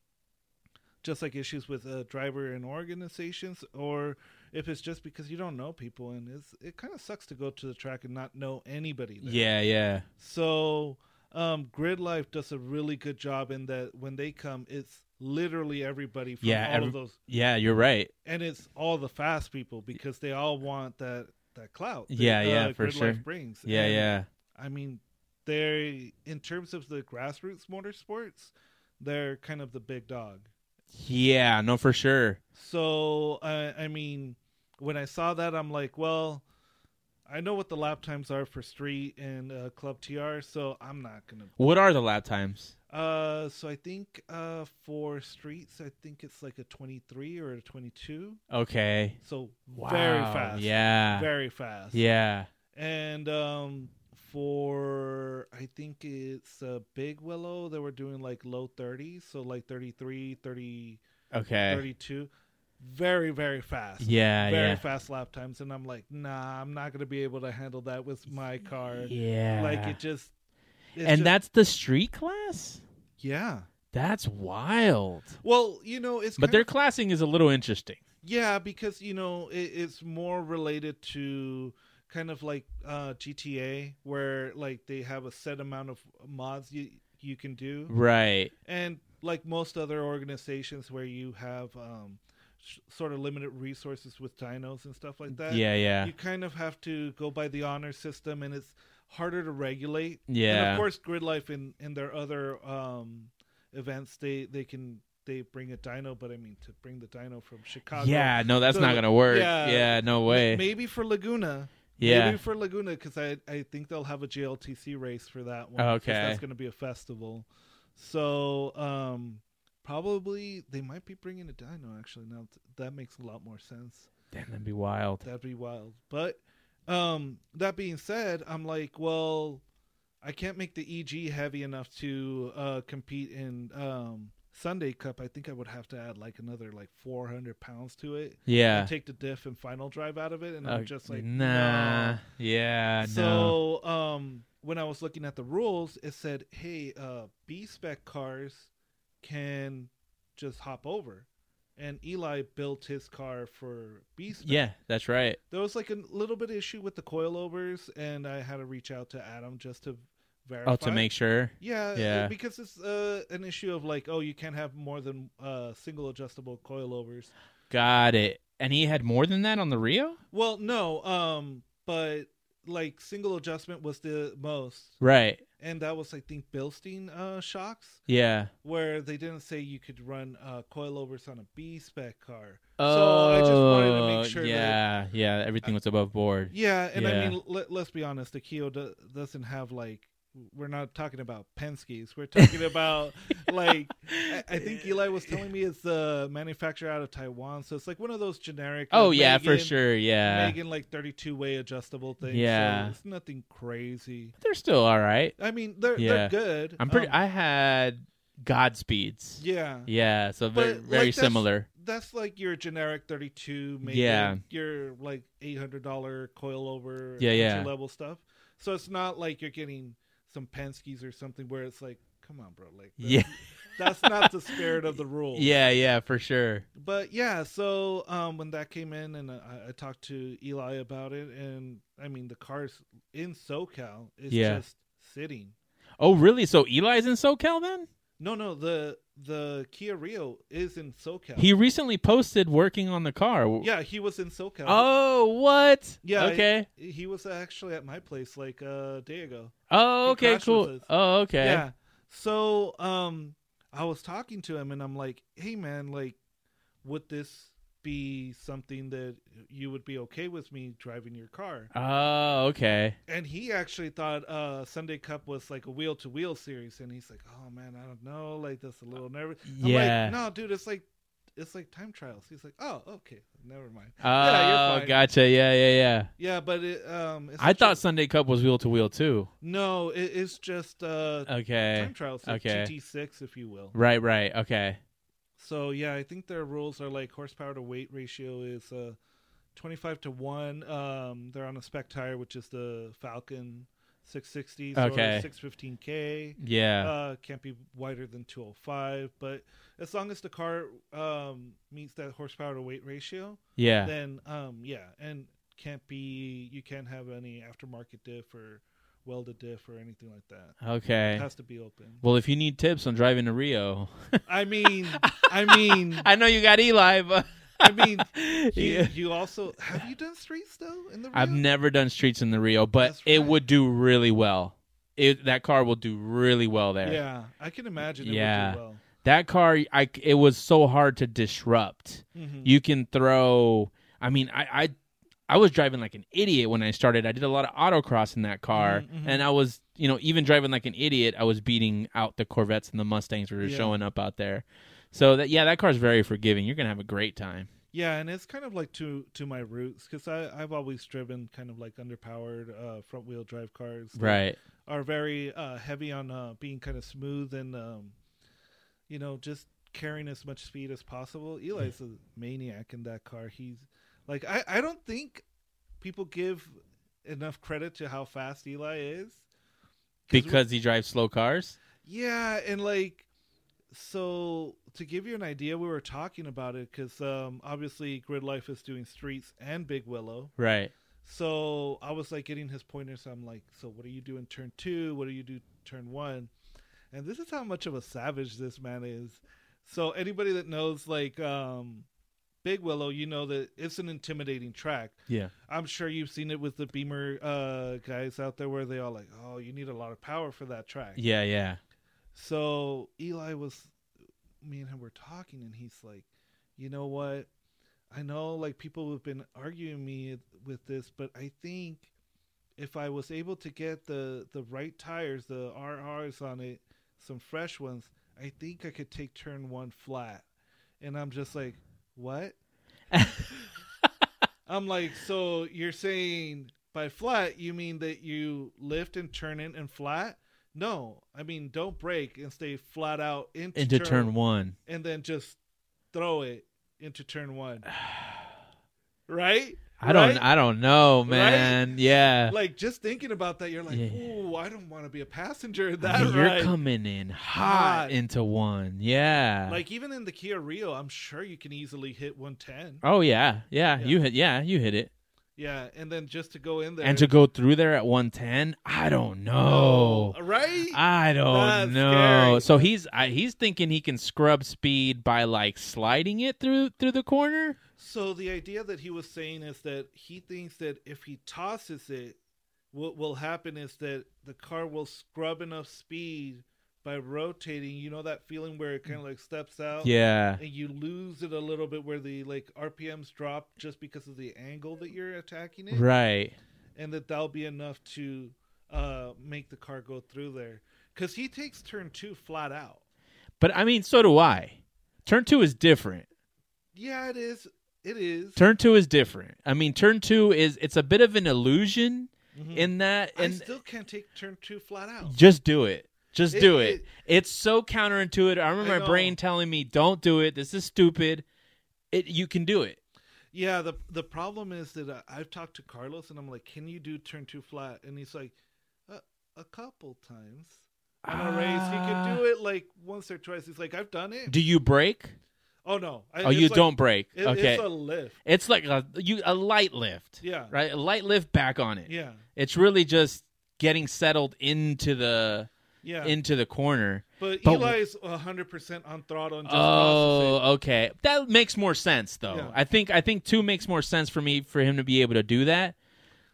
[SPEAKER 3] just like issues with uh, driver and organizations or if it's just because you don't know people and it's it kind of sucks to go to the track and not know anybody there.
[SPEAKER 1] Yeah. Yeah.
[SPEAKER 3] so um grid life does a really good job in that when they come it's literally everybody from
[SPEAKER 1] Yeah,
[SPEAKER 3] all
[SPEAKER 1] every-
[SPEAKER 3] of those
[SPEAKER 1] Yeah. You're right.
[SPEAKER 3] and it's all the fast people because they all want that that clout that, uh,
[SPEAKER 1] Yeah, yeah, for
[SPEAKER 3] grid
[SPEAKER 1] sure.
[SPEAKER 3] life brings
[SPEAKER 1] Yeah.
[SPEAKER 3] And,
[SPEAKER 1] Yeah.
[SPEAKER 3] i mean they in terms of the grassroots motorsports they're kind of the big dog
[SPEAKER 1] Yeah. No, for sure.
[SPEAKER 3] So I I mean, when I saw that, I'm like, well, I know what the lap times are for Street and uh, Club TR, so I'm not gonna.
[SPEAKER 1] What are the lap times?
[SPEAKER 3] Uh, so I think uh for Streets, I think it's like a 23 or a 22.
[SPEAKER 1] Okay.
[SPEAKER 3] So
[SPEAKER 1] Wow.
[SPEAKER 3] very fast.
[SPEAKER 1] Yeah.
[SPEAKER 3] Very fast.
[SPEAKER 1] yeah.
[SPEAKER 3] And um, for I think it's uh, Big Willow, they were doing like low 30s, so like 33, 30,
[SPEAKER 1] Okay.
[SPEAKER 3] 32. Very very fast.
[SPEAKER 1] Yeah.
[SPEAKER 3] very
[SPEAKER 1] Uh, Yeah.
[SPEAKER 3] fast lap times and i'm like nah i'm not gonna be able to handle that with my car
[SPEAKER 1] Yeah.
[SPEAKER 3] like it just it's
[SPEAKER 1] and
[SPEAKER 3] just-
[SPEAKER 1] that's the street class.
[SPEAKER 3] yeah
[SPEAKER 1] That's wild.
[SPEAKER 3] well you know it's
[SPEAKER 1] But
[SPEAKER 3] kind
[SPEAKER 1] their
[SPEAKER 3] of-
[SPEAKER 1] classing is a little interesting.
[SPEAKER 3] yeah because you know it, it's more related to kind of like uh gta where like they have a set amount of mods you you can do
[SPEAKER 1] Right.
[SPEAKER 3] and like most other organizations where you have um sh- sort of limited resources with dinos and stuff like that
[SPEAKER 1] Yeah, yeah.
[SPEAKER 3] you kind of have to go by the honor system and it's harder to regulate and
[SPEAKER 1] Yeah.
[SPEAKER 3] of course grid life and and their other um events they they can they bring a dino but i mean to bring the dino from chicago
[SPEAKER 1] yeah, no, that's
[SPEAKER 3] So,
[SPEAKER 1] not going to work. Yeah,
[SPEAKER 3] yeah.
[SPEAKER 1] no
[SPEAKER 3] ma-
[SPEAKER 1] way.
[SPEAKER 3] maybe for laguna
[SPEAKER 1] yeah.
[SPEAKER 3] maybe for laguna because i i think they'll have a gltc race for that one 'cause
[SPEAKER 1] Okay.
[SPEAKER 3] that's going to be a festival so um probably they might be bringing a dino actually now th- that makes a lot more sense
[SPEAKER 1] Damn, that'd be wild.
[SPEAKER 3] That'd be wild. But um that being said, I'm like, well, I can't make the EG heavy enough to uh compete in um Sunday Cup. I think I would have to add like another like 400 pounds to it.
[SPEAKER 1] Yeah.
[SPEAKER 3] And take the diff and final drive out of it, and I'm
[SPEAKER 1] Oh,
[SPEAKER 3] just like,
[SPEAKER 1] nah.
[SPEAKER 3] no.
[SPEAKER 1] Yeah, no.
[SPEAKER 3] So um, when I was looking at the rules, it said, "Hey, uh, B spec cars can just hop over," and Eli built his car for B spec
[SPEAKER 1] Yeah, that's right.
[SPEAKER 3] there was like a little bit issue with the coilovers, and I had to reach out to Adam just to verify.
[SPEAKER 1] Oh, to make sure.
[SPEAKER 3] Yeah,
[SPEAKER 1] Yeah.
[SPEAKER 3] yeah, because it's uh, an issue of like, oh, you can't have more than uh, single adjustable coilovers.
[SPEAKER 1] Got it. And he had more than that on the Rio?
[SPEAKER 3] Well, no, um, but like single adjustment was the most,
[SPEAKER 1] Right.
[SPEAKER 3] and that was I think Bilstein uh, shocks
[SPEAKER 1] Yeah.
[SPEAKER 3] where they didn't say you could run uh, coilovers on a B spec car. so I just wanted to
[SPEAKER 1] Oh,
[SPEAKER 3] make sure that
[SPEAKER 1] Yeah, yeah. Everything was above board.
[SPEAKER 3] Yeah, and
[SPEAKER 1] Yeah.
[SPEAKER 3] I mean, let, let's be honest, the Keo do, doesn't have like we're not talking about Penske's. We're talking about like I, I
[SPEAKER 1] Eh.
[SPEAKER 3] think Eli was telling me it's the manufacturer out of Taiwan, so it's like one of those generic. like,
[SPEAKER 1] Oh yeah, for
[SPEAKER 3] Megan-
[SPEAKER 1] sure. Yeah,
[SPEAKER 3] Megan like thirty-two way adjustable things.
[SPEAKER 1] Yeah.
[SPEAKER 3] so it's nothing crazy.
[SPEAKER 1] they're still all right.
[SPEAKER 3] I mean, they're
[SPEAKER 1] Yeah.
[SPEAKER 3] they're good.
[SPEAKER 1] I'm pretty.
[SPEAKER 3] Um,
[SPEAKER 1] I had Godspeeds.
[SPEAKER 3] yeah,
[SPEAKER 1] Yeah, so very,
[SPEAKER 3] But, like,
[SPEAKER 1] very
[SPEAKER 3] that's-
[SPEAKER 1] similar.
[SPEAKER 3] that's like your generic 32 maybe
[SPEAKER 1] Yeah.
[SPEAKER 3] your like $800 coilover
[SPEAKER 1] Yeah, yeah.
[SPEAKER 3] entry level stuff so it's not like you're getting some Penske's or something where it's like come on bro like that-
[SPEAKER 1] Yeah,
[SPEAKER 3] that's not the spirit of the rule
[SPEAKER 1] yeah, yeah, for sure.
[SPEAKER 3] but yeah so um when that came in and I, I talked to Eli about it and I mean the cars in SoCal is
[SPEAKER 1] Yeah.
[SPEAKER 3] just sitting
[SPEAKER 1] Oh, really? So Eli's in SoCal then?
[SPEAKER 3] no no the the Kia Rio is in SoCal
[SPEAKER 1] He recently posted working on the car.
[SPEAKER 3] yeah he was in SoCal
[SPEAKER 1] Oh, what?
[SPEAKER 3] Yeah,
[SPEAKER 1] Okay.
[SPEAKER 3] he was actually at my place like uh, a day ago.
[SPEAKER 1] Oh,
[SPEAKER 3] he
[SPEAKER 1] okay.
[SPEAKER 3] crashed
[SPEAKER 1] Cool.
[SPEAKER 3] with us.
[SPEAKER 1] Oh, okay.
[SPEAKER 3] Yeah. So um I was talking to him and I'm like, "Hey man, like would this be something that you would be okay with me driving your car?"
[SPEAKER 1] Oh, okay.
[SPEAKER 3] And he actually thought uh Sunday Cup was like a wheel to wheel series and he's like, "Oh man, I don't know, like that's a little nervous." I'm
[SPEAKER 1] Yeah.
[SPEAKER 3] like, "No, dude, it's like it's like time trials." He's like, "Oh, okay. Never mind."
[SPEAKER 1] Oh,
[SPEAKER 3] Yeah, you're fine.
[SPEAKER 1] gotcha. Yeah, yeah, yeah.
[SPEAKER 3] Yeah, but it, um it's
[SPEAKER 1] I
[SPEAKER 3] such a-
[SPEAKER 1] thought Sunday Cup was wheel to wheel too.
[SPEAKER 3] no, it, it's just uh
[SPEAKER 1] Okay.
[SPEAKER 3] time trials, like
[SPEAKER 1] Okay.
[SPEAKER 3] GT6, if you will.
[SPEAKER 1] Right, right. Okay.
[SPEAKER 3] So yeah, I think their rules are like horsepower to weight ratio is uh, 25 to one. Um, they're on a spec tire, which is the Falcon 660, so
[SPEAKER 1] Okay.
[SPEAKER 3] 615K.
[SPEAKER 1] Yeah.
[SPEAKER 3] Uh, can't be wider than 205, but as long as the car um, meets that horsepower to weight ratio,
[SPEAKER 1] yeah.
[SPEAKER 3] then um, yeah, and can't be you can't have any aftermarket diff or welded diff or anything like that. It
[SPEAKER 1] Okay.
[SPEAKER 3] has to be open.
[SPEAKER 1] Well, if you need tips on driving to Rio,
[SPEAKER 3] I mean, I mean,
[SPEAKER 1] I know you got Eli, but
[SPEAKER 3] I mean, you,
[SPEAKER 1] Yeah.
[SPEAKER 3] you also have you done streets though in the real?
[SPEAKER 1] I've never done streets in the Rio, but
[SPEAKER 3] That's
[SPEAKER 1] it
[SPEAKER 3] right.
[SPEAKER 1] would do really well. It that car will do really well there.
[SPEAKER 3] Yeah, I can imagine.
[SPEAKER 1] Yeah.
[SPEAKER 3] it would do well.
[SPEAKER 1] That car, I it was so hard to disrupt.
[SPEAKER 3] Mhm.
[SPEAKER 1] You can throw. I mean, I I, I was driving like an idiot when I started. I did a lot of autocross in that car,
[SPEAKER 3] Mhm, mhm.
[SPEAKER 1] and I was you know even driving like an idiot, I was beating out the Corvettes and the Mustangs were
[SPEAKER 3] Yeah.
[SPEAKER 1] showing up out there. So that yeah, that car's very forgiving. You're gonna have a great time.
[SPEAKER 3] Yeah, and it's kind of like to to my roots because I I've always driven kind of like underpowered uh, front wheel drive cars. that
[SPEAKER 1] Right.
[SPEAKER 3] Are very uh, heavy on uh, being kind of smooth and um, you know just carrying as much speed as possible. Eli's a maniac in that car. He's like I I don't think people give enough credit to how fast Eli is
[SPEAKER 1] Because he drives slow cars.
[SPEAKER 3] Yeah, and like, so to give you an idea, we were talking about it because um, obviously Grid Life is doing Streets and Big Willow.
[SPEAKER 1] Right.
[SPEAKER 3] So I was like getting his pointers. I'm like, so what do you do in turn two? What do you do turn one? And this is how much of a savage this man is. So anybody that knows like um, Big Willow, you know that it's an intimidating track.
[SPEAKER 1] Yeah.
[SPEAKER 3] I'm sure you've seen it with the Beamer uh, guys out there where they all like, oh, you need a lot of power for that track.
[SPEAKER 1] Yeah. Yeah.
[SPEAKER 3] So Eli was, me and him were talking, and he's like, you know what? I know like people have been arguing me with this, but I think if I was able to get the the right tires, the RRs on it, some fresh ones, I think I could take turn one flat. And I'm just like, what? I'm like, so you're saying by flat you mean that you lift and turn in and flat? No, I mean don't break and stay flat out into,
[SPEAKER 1] Into turn one.
[SPEAKER 3] and then just throw it into turn one. Right?
[SPEAKER 1] I don't.
[SPEAKER 3] Right?
[SPEAKER 1] I don't know,
[SPEAKER 3] Right?
[SPEAKER 1] man. Yeah.
[SPEAKER 3] like just thinking about that, you're like,
[SPEAKER 1] Yeah.
[SPEAKER 3] "Ooh, I don't want to be a passenger in
[SPEAKER 1] I
[SPEAKER 3] that
[SPEAKER 1] mean,
[SPEAKER 3] ride."
[SPEAKER 1] You're coming in hot
[SPEAKER 3] Hot.
[SPEAKER 1] into one. Yeah.
[SPEAKER 3] like even in the Kia Rio, I'm sure you can easily hit 110.
[SPEAKER 1] Oh yeah, yeah,
[SPEAKER 3] Yeah.
[SPEAKER 1] You hit. Yeah, you hit it.
[SPEAKER 3] Yeah, and then just to go in there
[SPEAKER 1] And to go through there at 110, I don't know.
[SPEAKER 3] Oh, right?
[SPEAKER 1] I
[SPEAKER 3] That's
[SPEAKER 1] don't know.
[SPEAKER 3] scary.
[SPEAKER 1] So he's I, he's thinking he can scrub speed by like sliding it through through the corner.
[SPEAKER 3] so the idea that he was saying is that he thinks that if he tosses it, what will happen is that the car will scrub enough speed by rotating. You know that feeling where it kind of like steps out.
[SPEAKER 1] Yeah.
[SPEAKER 3] and you lose it a little bit where the like RPMs drop just because of the angle that you're attacking it,
[SPEAKER 1] Right.
[SPEAKER 3] and that that'll be enough to uh, make the car go through there because he takes turn two flat out.
[SPEAKER 1] But I mean, so do I. Turn two is different.
[SPEAKER 3] Yeah, it is. It is.
[SPEAKER 1] Turn two is different. I mean, turn two is it's a bit of an illusion
[SPEAKER 3] Mhm.
[SPEAKER 1] in that,
[SPEAKER 3] I
[SPEAKER 1] and
[SPEAKER 3] still can't take turn two flat out.
[SPEAKER 1] just do it. Just
[SPEAKER 3] It-
[SPEAKER 1] do it.
[SPEAKER 3] it-
[SPEAKER 1] It's so counterintuitive. I remember my
[SPEAKER 3] I know.
[SPEAKER 1] brain telling me, "Don't do it. This is stupid." It you can do it.
[SPEAKER 3] Yeah, the the problem is that uh, I've talked to Carlos and I'm like, "Can you do turn two flat?" And he's like, uh, "A couple times." On a race, he
[SPEAKER 1] Ah.
[SPEAKER 3] can do it like once or twice. He's like, "I've done it."
[SPEAKER 1] Do you break?
[SPEAKER 3] oh no! I,
[SPEAKER 1] Oh,
[SPEAKER 3] it's
[SPEAKER 1] you
[SPEAKER 3] like-
[SPEAKER 1] don't break.
[SPEAKER 3] it-
[SPEAKER 1] okay,
[SPEAKER 3] It's a lift.
[SPEAKER 1] it's like a you a light lift.
[SPEAKER 3] Yeah.
[SPEAKER 1] right. A light lift back on it.
[SPEAKER 3] Yeah,
[SPEAKER 1] It's really just getting settled into the
[SPEAKER 3] yeah.
[SPEAKER 1] into the corner.
[SPEAKER 3] but,
[SPEAKER 1] but-
[SPEAKER 3] Eli's 100 percent on throttle and just
[SPEAKER 1] oh,
[SPEAKER 3] processing.
[SPEAKER 1] okay. That makes more sense though.
[SPEAKER 3] Yeah.
[SPEAKER 1] I think I think two makes more sense for me for him to be able to do that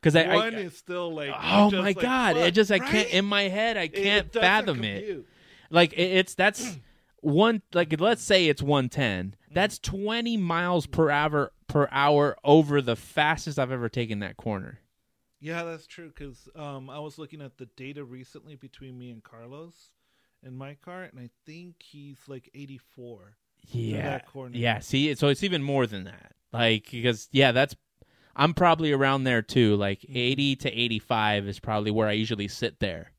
[SPEAKER 1] because I, I
[SPEAKER 3] One is still like.
[SPEAKER 1] oh
[SPEAKER 3] just
[SPEAKER 1] my
[SPEAKER 3] like,
[SPEAKER 1] god,
[SPEAKER 3] "Fuck,"
[SPEAKER 1] it just I
[SPEAKER 3] right?
[SPEAKER 1] can't in my head I
[SPEAKER 3] It- it
[SPEAKER 1] can't
[SPEAKER 3] doesn't
[SPEAKER 1] fathom it.
[SPEAKER 3] compute.
[SPEAKER 1] Like it, it's that's one like let's say it's 110. That's 20 miles per hour per hour over the fastest I've ever taken that corner.
[SPEAKER 3] Yeah, that's true. Because um, I was looking at the data recently between me and Carlos in my car, and I think he's like 84.
[SPEAKER 1] Yeah.
[SPEAKER 3] that corner.
[SPEAKER 1] Yeah, see, so it's even more than that. Like because yeah, that's I'm probably around there too. Like
[SPEAKER 3] Mm-hmm.
[SPEAKER 1] 80 to 85 is probably where I usually sit
[SPEAKER 3] Oh.
[SPEAKER 1] there.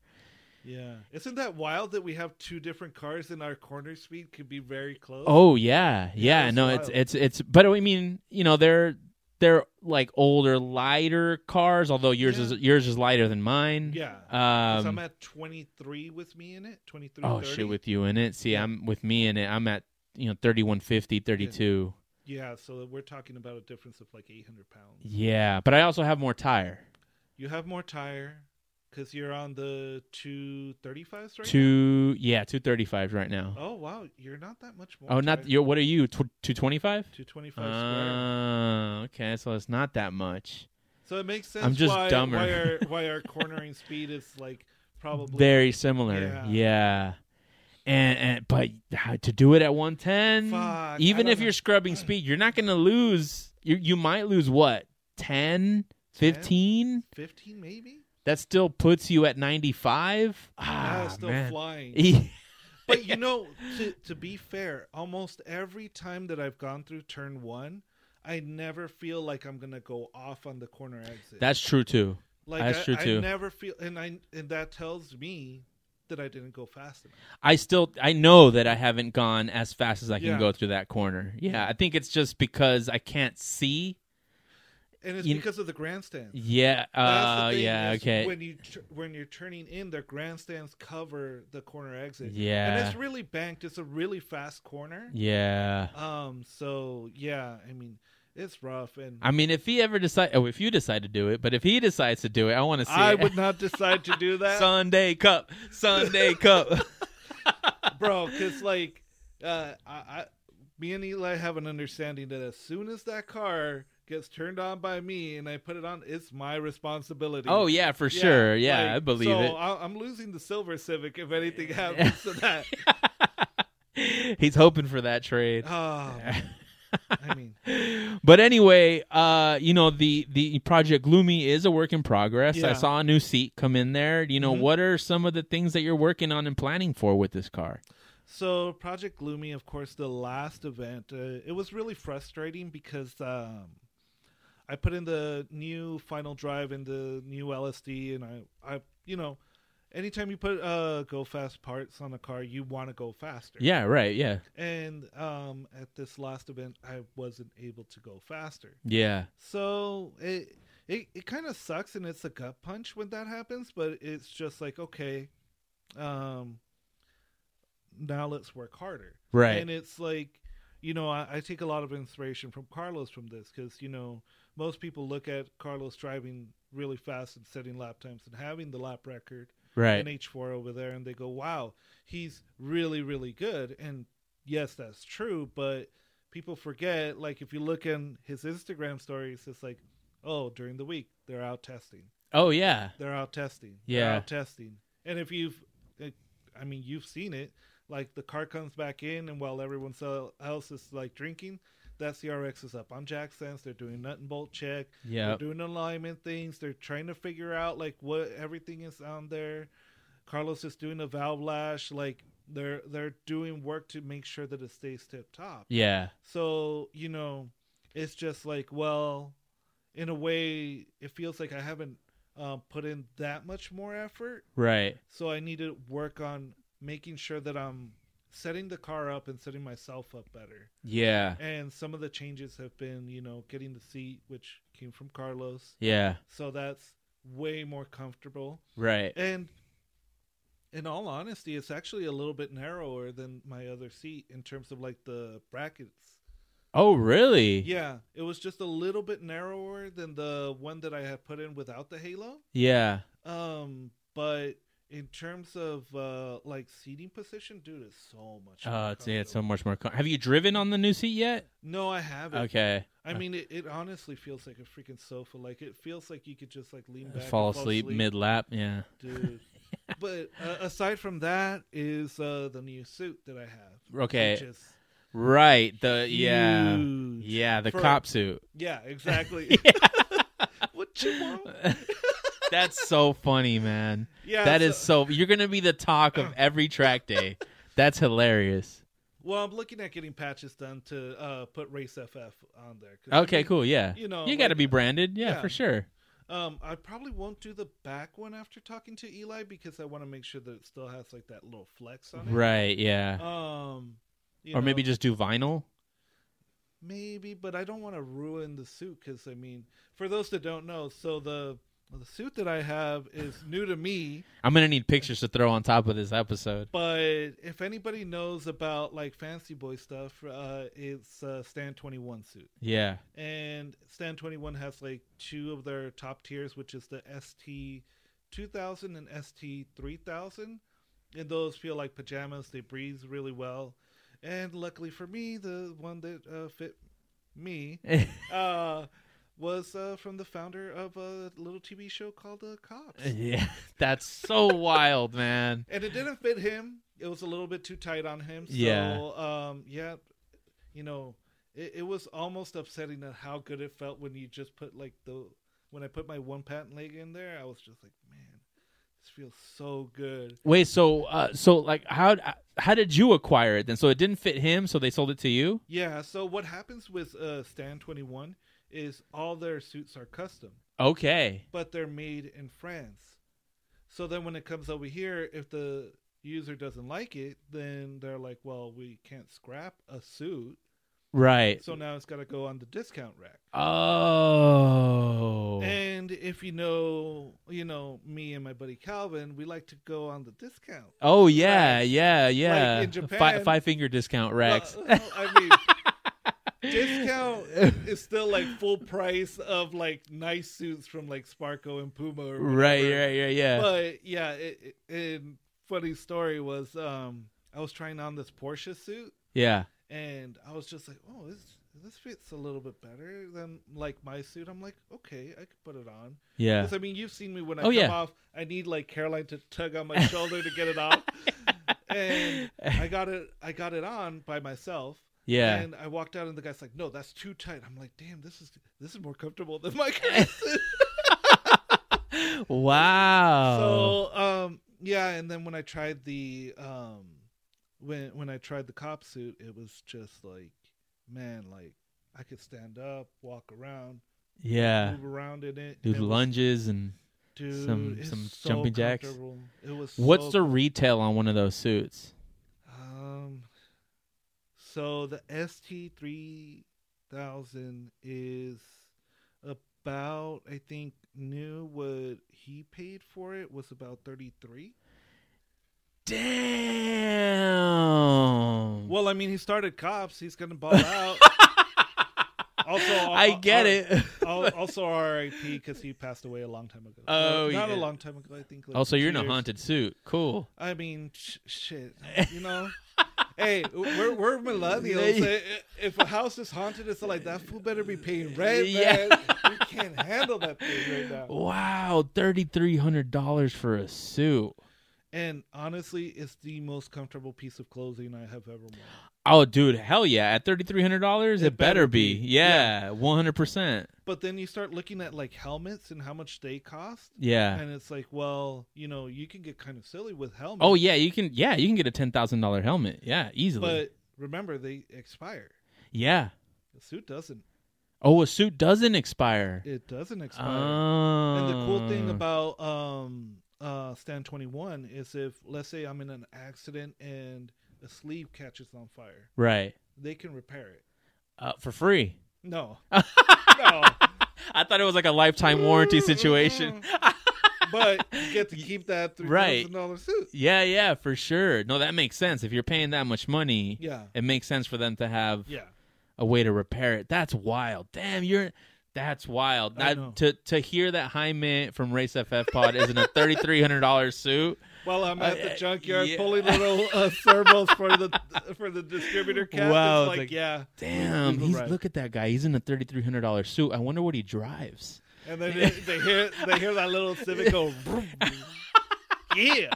[SPEAKER 3] Yeah. Isn't that wild that we have two different cars and our corner speed could be very close?
[SPEAKER 1] Oh yeah.
[SPEAKER 3] Yeah,
[SPEAKER 1] Yeah,
[SPEAKER 3] it's
[SPEAKER 1] no, it's
[SPEAKER 3] wild.
[SPEAKER 1] it's it's but I mean, you know, they're they're like older, lighter cars, although yours
[SPEAKER 3] Yeah.
[SPEAKER 1] is yours is lighter than mine.
[SPEAKER 3] Yeah. 'Cause
[SPEAKER 1] Um,
[SPEAKER 3] I'm at 23 with me in it. 23.
[SPEAKER 1] oh
[SPEAKER 3] 30.
[SPEAKER 1] shit, with you in it. See,
[SPEAKER 3] Yeah.
[SPEAKER 1] I'm with me in it. I'm at you know 3150, 32.
[SPEAKER 3] Yeah, so we're talking about a difference of like 800 pounds.
[SPEAKER 1] Yeah, but I also have more tire.
[SPEAKER 3] You have more tire because you're on the 235s right
[SPEAKER 1] Two, yeah, two thirty five right now.
[SPEAKER 3] now? Oh, wow. You're not that much more.
[SPEAKER 1] Oh, not
[SPEAKER 3] tire.
[SPEAKER 1] you. What are you? Two twenty five.
[SPEAKER 3] 225 square.
[SPEAKER 1] Oh, okay. So it's not that much.
[SPEAKER 3] So it makes sense.
[SPEAKER 1] I'm just
[SPEAKER 3] why,
[SPEAKER 1] dumber.
[SPEAKER 3] Why our, why our cornering speed is like probably
[SPEAKER 1] Very similar. Yeah.
[SPEAKER 3] Yeah.
[SPEAKER 1] And, and but how to do it at one ten,
[SPEAKER 3] Fuck, I
[SPEAKER 1] even
[SPEAKER 3] don't
[SPEAKER 1] if
[SPEAKER 3] know.
[SPEAKER 1] you're scrubbing speed, you're not going to lose. You you might lose what 10, 15?
[SPEAKER 3] 15 maybe.
[SPEAKER 1] That still puts you at ninety five.
[SPEAKER 3] Yeah,
[SPEAKER 1] Ah,
[SPEAKER 3] it's still
[SPEAKER 1] man.
[SPEAKER 3] flying.
[SPEAKER 1] Yeah.
[SPEAKER 3] But you know, to to be fair, almost every time that I've gone through turn one, I never feel like I'm gonna go off on the corner exit.
[SPEAKER 1] That's true too.
[SPEAKER 3] like
[SPEAKER 1] that's
[SPEAKER 3] I,
[SPEAKER 1] true, too.
[SPEAKER 3] I never feel, and I and that tells me that I didn't go fast enough.
[SPEAKER 1] I still I know that I haven't gone as fast as I can
[SPEAKER 3] Yeah.
[SPEAKER 1] go through that corner. Yeah, I think it's just because I can't see.
[SPEAKER 3] And it's
[SPEAKER 1] You-
[SPEAKER 3] because of the grandstands.
[SPEAKER 1] Yeah.
[SPEAKER 3] That's
[SPEAKER 1] Uh,
[SPEAKER 3] the thing
[SPEAKER 1] yeah.
[SPEAKER 3] is
[SPEAKER 1] Okay.
[SPEAKER 3] When you tr- when you're turning in, the grandstands cover the corner exit. and
[SPEAKER 1] Yeah.
[SPEAKER 3] it's really banked. It's a really fast corner.
[SPEAKER 1] Yeah.
[SPEAKER 3] Um. So yeah, I mean, it's rough, and
[SPEAKER 1] I mean, if he ever decide, oh, if you decide to do it, but if he decides to do it, I want to see
[SPEAKER 3] I
[SPEAKER 1] it.
[SPEAKER 3] would not decide to do that,
[SPEAKER 1] Sunday Cup, Sunday Cup.
[SPEAKER 3] bro. Because like, uh, I, I, me and Eli have an understanding that as soon as that car gets turned on by me and I put it on, it's my responsibility.
[SPEAKER 1] Oh yeah, for sure. Yeah,
[SPEAKER 3] like,
[SPEAKER 1] I believe
[SPEAKER 3] so
[SPEAKER 1] it.
[SPEAKER 3] I, I'm losing the silver Civic if anything happens to that.
[SPEAKER 1] He's hoping for that trade.
[SPEAKER 3] Oh, man. I mean,
[SPEAKER 1] but anyway, uh, you know the the Project Gloomy is a work in progress. I
[SPEAKER 3] Yeah.
[SPEAKER 1] saw a new seat come in there. You know,
[SPEAKER 3] Mhm.
[SPEAKER 1] what are some of the things that you're working on and planning for with this car?
[SPEAKER 3] So Project Gloomy, of course, the last event, uh, it was really frustrating because um, I put in the new final drive in the new LSD, and I, I, you know, anytime you put uh, go fast parts on a car, you want to go faster.
[SPEAKER 1] Yeah, right. Yeah,
[SPEAKER 3] And um, at this last event, I wasn't able to go faster.
[SPEAKER 1] yeah,
[SPEAKER 3] So it it, it kind of sucks and it's a gut punch when that happens, but it's just like okay, um now let's work harder.
[SPEAKER 1] Right.
[SPEAKER 3] And it's like you know, I, I take a lot of inspiration from Carlos from this because you know most people look at Carlos driving really fast and setting lap times and having the lap record
[SPEAKER 1] right.
[SPEAKER 3] in H4 over there, and they go, "Wow, he's really, really good." And yes, that's true, but people forget. Like if you look in his Instagram stories, it's like, "Oh, during the week they're out testing,
[SPEAKER 1] Oh yeah,
[SPEAKER 3] they're out testing,
[SPEAKER 1] Yeah.
[SPEAKER 3] they're out testing." And if you've, it, I mean, you've seen it. Like the car comes back in, and while everyone so- else is like drinking, That CRX is up on jack sense. They're doing nut and bolt check.
[SPEAKER 1] Yeah.
[SPEAKER 3] They're doing alignment things. They're trying to figure out like what everything is on there. Carlos is doing a valve lash. Like they're they're doing work to make sure that it stays tip top.
[SPEAKER 1] Yeah.
[SPEAKER 3] So, you know, it's just like, well, in a way, it feels like I haven't uh, put in that much more effort.
[SPEAKER 1] Right.
[SPEAKER 3] So I need to work on making sure that I'm setting the car up and setting myself up better.
[SPEAKER 1] Yeah.
[SPEAKER 3] And some of the changes have been, you know, getting the seat, which came from Carlos.
[SPEAKER 1] Yeah.
[SPEAKER 3] So that's way more comfortable.
[SPEAKER 1] Right.
[SPEAKER 3] And in all honesty, it's actually a little bit narrower than my other seat in terms of like the brackets.
[SPEAKER 1] Oh, really?
[SPEAKER 3] Yeah, it was just a little bit narrower than the one that I had put in without the halo.
[SPEAKER 1] Yeah.
[SPEAKER 3] Um, but in terms of uh like seating position, dude, it's so much. more
[SPEAKER 1] Oh, it's, yeah, it's so
[SPEAKER 3] comfortable.
[SPEAKER 1] much more. Com- Have you driven on the new seat yet?
[SPEAKER 3] No, I haven't.
[SPEAKER 1] Okay.
[SPEAKER 3] I mean, it, it honestly feels like a freaking sofa. Like it feels like you could just like lean back, and
[SPEAKER 1] Uh, Fall asleep mid lap. Yeah.
[SPEAKER 3] dude. but uh, aside from that, is uh the new suit that I have.
[SPEAKER 1] Okay.
[SPEAKER 3] which is
[SPEAKER 1] Right. The yeah.
[SPEAKER 3] huge.
[SPEAKER 1] Yeah, the
[SPEAKER 3] For-
[SPEAKER 1] cop suit.
[SPEAKER 3] yeah, exactly. what you want?
[SPEAKER 1] That's so funny, man.
[SPEAKER 3] Yeah,
[SPEAKER 1] That
[SPEAKER 3] so-
[SPEAKER 1] is so you're going to be the talk of every track day. That's hilarious.
[SPEAKER 3] Well, I'm looking at getting patches done to uh, put Race FF on there. 'Cause, I
[SPEAKER 1] Okay,
[SPEAKER 3] mean,
[SPEAKER 1] cool. Yeah.
[SPEAKER 3] you know,
[SPEAKER 1] you got to
[SPEAKER 3] like-
[SPEAKER 1] be branded. Yeah,
[SPEAKER 3] yeah.
[SPEAKER 1] for sure.
[SPEAKER 3] Um, I probably won't do the back one after talking to Eli because I want to make sure that it still has like that little flex on it.
[SPEAKER 1] Right, yeah.
[SPEAKER 3] Um, you
[SPEAKER 1] or maybe
[SPEAKER 3] know,
[SPEAKER 1] just do vinyl.
[SPEAKER 3] maybe, but I don't want to ruin the suit because I mean, for those that don't know, so the the suit that I have is new to me.
[SPEAKER 1] I'm going to need pictures to throw on top of this episode.
[SPEAKER 3] But if anybody knows about like fancy boy stuff, uh, it's uh, Stan Twenty One suit.
[SPEAKER 1] Yeah.
[SPEAKER 3] and Stan 21 has like two of their top tiers, which is the ST 2000 and ST 3000. And those feel like pajamas, they breathe really well. And luckily for me, the one that uh, fit me uh, was uh, from the founder of a little TV show called The Cops.
[SPEAKER 1] yeah. That's so wild, man.
[SPEAKER 3] And it didn't fit him, it was a little bit too tight on him. So,
[SPEAKER 1] Yeah.
[SPEAKER 3] um, yeah, you know, it, it was almost upsetting at how good it felt when you just put like the when I put my one patent leg in there, I was just like, man, this feels so good.
[SPEAKER 1] Wait, so uh so like how how did you acquire it then? So it didn't fit him, so they sold it to you?
[SPEAKER 3] Yeah. So what happens with uh, Stan Twenty One is all their suits are custom,
[SPEAKER 1] Okay.
[SPEAKER 3] but they're made in France. So then when it comes over here, if the user doesn't like it, then they're like, well, we can't scrap a suit.
[SPEAKER 1] Right.
[SPEAKER 3] So now it's got to go on the discount rack.
[SPEAKER 1] Oh.
[SPEAKER 3] And if you know, you know me and my buddy Calvin, we like to go on the discount.
[SPEAKER 1] Oh yeah, yeah, yeah.
[SPEAKER 3] in Japan-
[SPEAKER 1] Fi- five finger discount racks.
[SPEAKER 3] Well, Uh, well, I mean, discount is still like full price of like nice suits from like Sparko and Puma, or
[SPEAKER 1] right,
[SPEAKER 3] whatever.
[SPEAKER 1] right, right, yeah.
[SPEAKER 3] But yeah, it, it, and funny story was um I was trying on this Porsche suit
[SPEAKER 1] yeah.
[SPEAKER 3] and I was just like, oh, this this fits a little bit better than like my suit. I'm like, okay, I could put it on.
[SPEAKER 1] Yeah.
[SPEAKER 3] 'Cause, I mean, you've seen me when I
[SPEAKER 1] Oh,
[SPEAKER 3] come
[SPEAKER 1] yeah.
[SPEAKER 3] off. I need like Caroline to tug on my shoulder to get it off. And I got it. I got it on by myself.
[SPEAKER 1] Yeah.
[SPEAKER 3] And I walked out, and the guy's like, "No, that's too tight." I'm like, "Damn, this is this is more comfortable than my." current suit."
[SPEAKER 1] wow.
[SPEAKER 3] so, um, yeah. And then when I tried the um, when when I tried the cop suit, it was just like, man, like I could stand up, walk around,
[SPEAKER 1] yeah.
[SPEAKER 3] move around in it,
[SPEAKER 1] Do
[SPEAKER 3] It was-
[SPEAKER 1] lunges and
[SPEAKER 3] dude,
[SPEAKER 1] some-
[SPEAKER 3] it's
[SPEAKER 1] some
[SPEAKER 3] so
[SPEAKER 1] jumping jacks.
[SPEAKER 3] comfortable. It was.
[SPEAKER 1] what's
[SPEAKER 3] so
[SPEAKER 1] the retail on one of those suits?
[SPEAKER 3] Um, so the ST three thousand is about I think new what he paid for it was about thirty three.
[SPEAKER 1] Damn.
[SPEAKER 3] Well, I mean he started cops. He's gonna ball out. also, uh,
[SPEAKER 1] I get it.
[SPEAKER 3] it. also RIP because he passed away a long time ago.
[SPEAKER 1] Oh,
[SPEAKER 3] Well, not
[SPEAKER 1] yeah.
[SPEAKER 3] a long time ago. I think. Like
[SPEAKER 1] Oh, so
[SPEAKER 3] two
[SPEAKER 1] you're in a
[SPEAKER 3] years.
[SPEAKER 1] haunted suit. Cool.
[SPEAKER 3] I mean, sh- shit. You know. hey, we're, we're millennials.
[SPEAKER 1] They-
[SPEAKER 3] I- I- If a house is haunted, it's like that fool better be paying rent.
[SPEAKER 1] Yeah.
[SPEAKER 3] Man. We can't handle that thing right now.
[SPEAKER 1] Wow, thirty three hundred dollars for a suit.
[SPEAKER 3] And honestly, it's the most comfortable piece of clothing I have ever worn.
[SPEAKER 1] Oh, dude, hell yeah! At thirty three hundred dollars, it, better
[SPEAKER 3] better
[SPEAKER 1] be.
[SPEAKER 3] be.
[SPEAKER 1] Yeah, one hundred percent.
[SPEAKER 3] But then you start looking at like helmets and how much they cost.
[SPEAKER 1] Yeah.
[SPEAKER 3] And it's like, well, you know, you can get kind of silly with helmets.
[SPEAKER 1] Oh yeah, you can. Yeah, you can get a ten thousand dollar helmet. Yeah, easily.
[SPEAKER 3] But remember, they expire.
[SPEAKER 1] yeah.
[SPEAKER 3] The suit doesn't.
[SPEAKER 1] Oh, a suit doesn't expire.
[SPEAKER 3] It doesn't expire.
[SPEAKER 1] Oh.
[SPEAKER 3] and the cool thing about um, uh, Stand 21 is if, let's say, I'm in an accident and a sleeve catches on fire,
[SPEAKER 1] right
[SPEAKER 3] they can repair it.
[SPEAKER 1] uh, for free.
[SPEAKER 3] No. no.
[SPEAKER 1] I thought it was like a lifetime warranty situation.
[SPEAKER 3] But you get to keep that $3,000
[SPEAKER 1] Right.
[SPEAKER 3] suit.
[SPEAKER 1] yeah, yeah, for sure. No, that makes sense. If you're paying that much money,
[SPEAKER 3] Yeah.
[SPEAKER 1] it makes sense for them to have
[SPEAKER 3] Yeah.
[SPEAKER 1] a way to repair it. That's wild. Damn, you're that's wild.
[SPEAKER 3] I
[SPEAKER 1] That-
[SPEAKER 3] know.
[SPEAKER 1] to to hear that Jaime from Race FF Pod is in a thirty three hundred dollars suit.
[SPEAKER 3] Well, I'm at
[SPEAKER 1] Uh,
[SPEAKER 3] the junkyard
[SPEAKER 1] yeah.
[SPEAKER 3] pulling little uh, servos for the for the distributor cap.
[SPEAKER 1] Wow,
[SPEAKER 3] It's
[SPEAKER 1] it's
[SPEAKER 3] like,
[SPEAKER 1] like-
[SPEAKER 3] yeah,
[SPEAKER 1] Damn,
[SPEAKER 3] You're
[SPEAKER 1] he's
[SPEAKER 3] right.
[SPEAKER 1] look at that guy. He's in a thirty three hundred dollars suit. I wonder what he drives.
[SPEAKER 3] and then they, they hear they hear that little Civic go. vroom, vroom. yeah,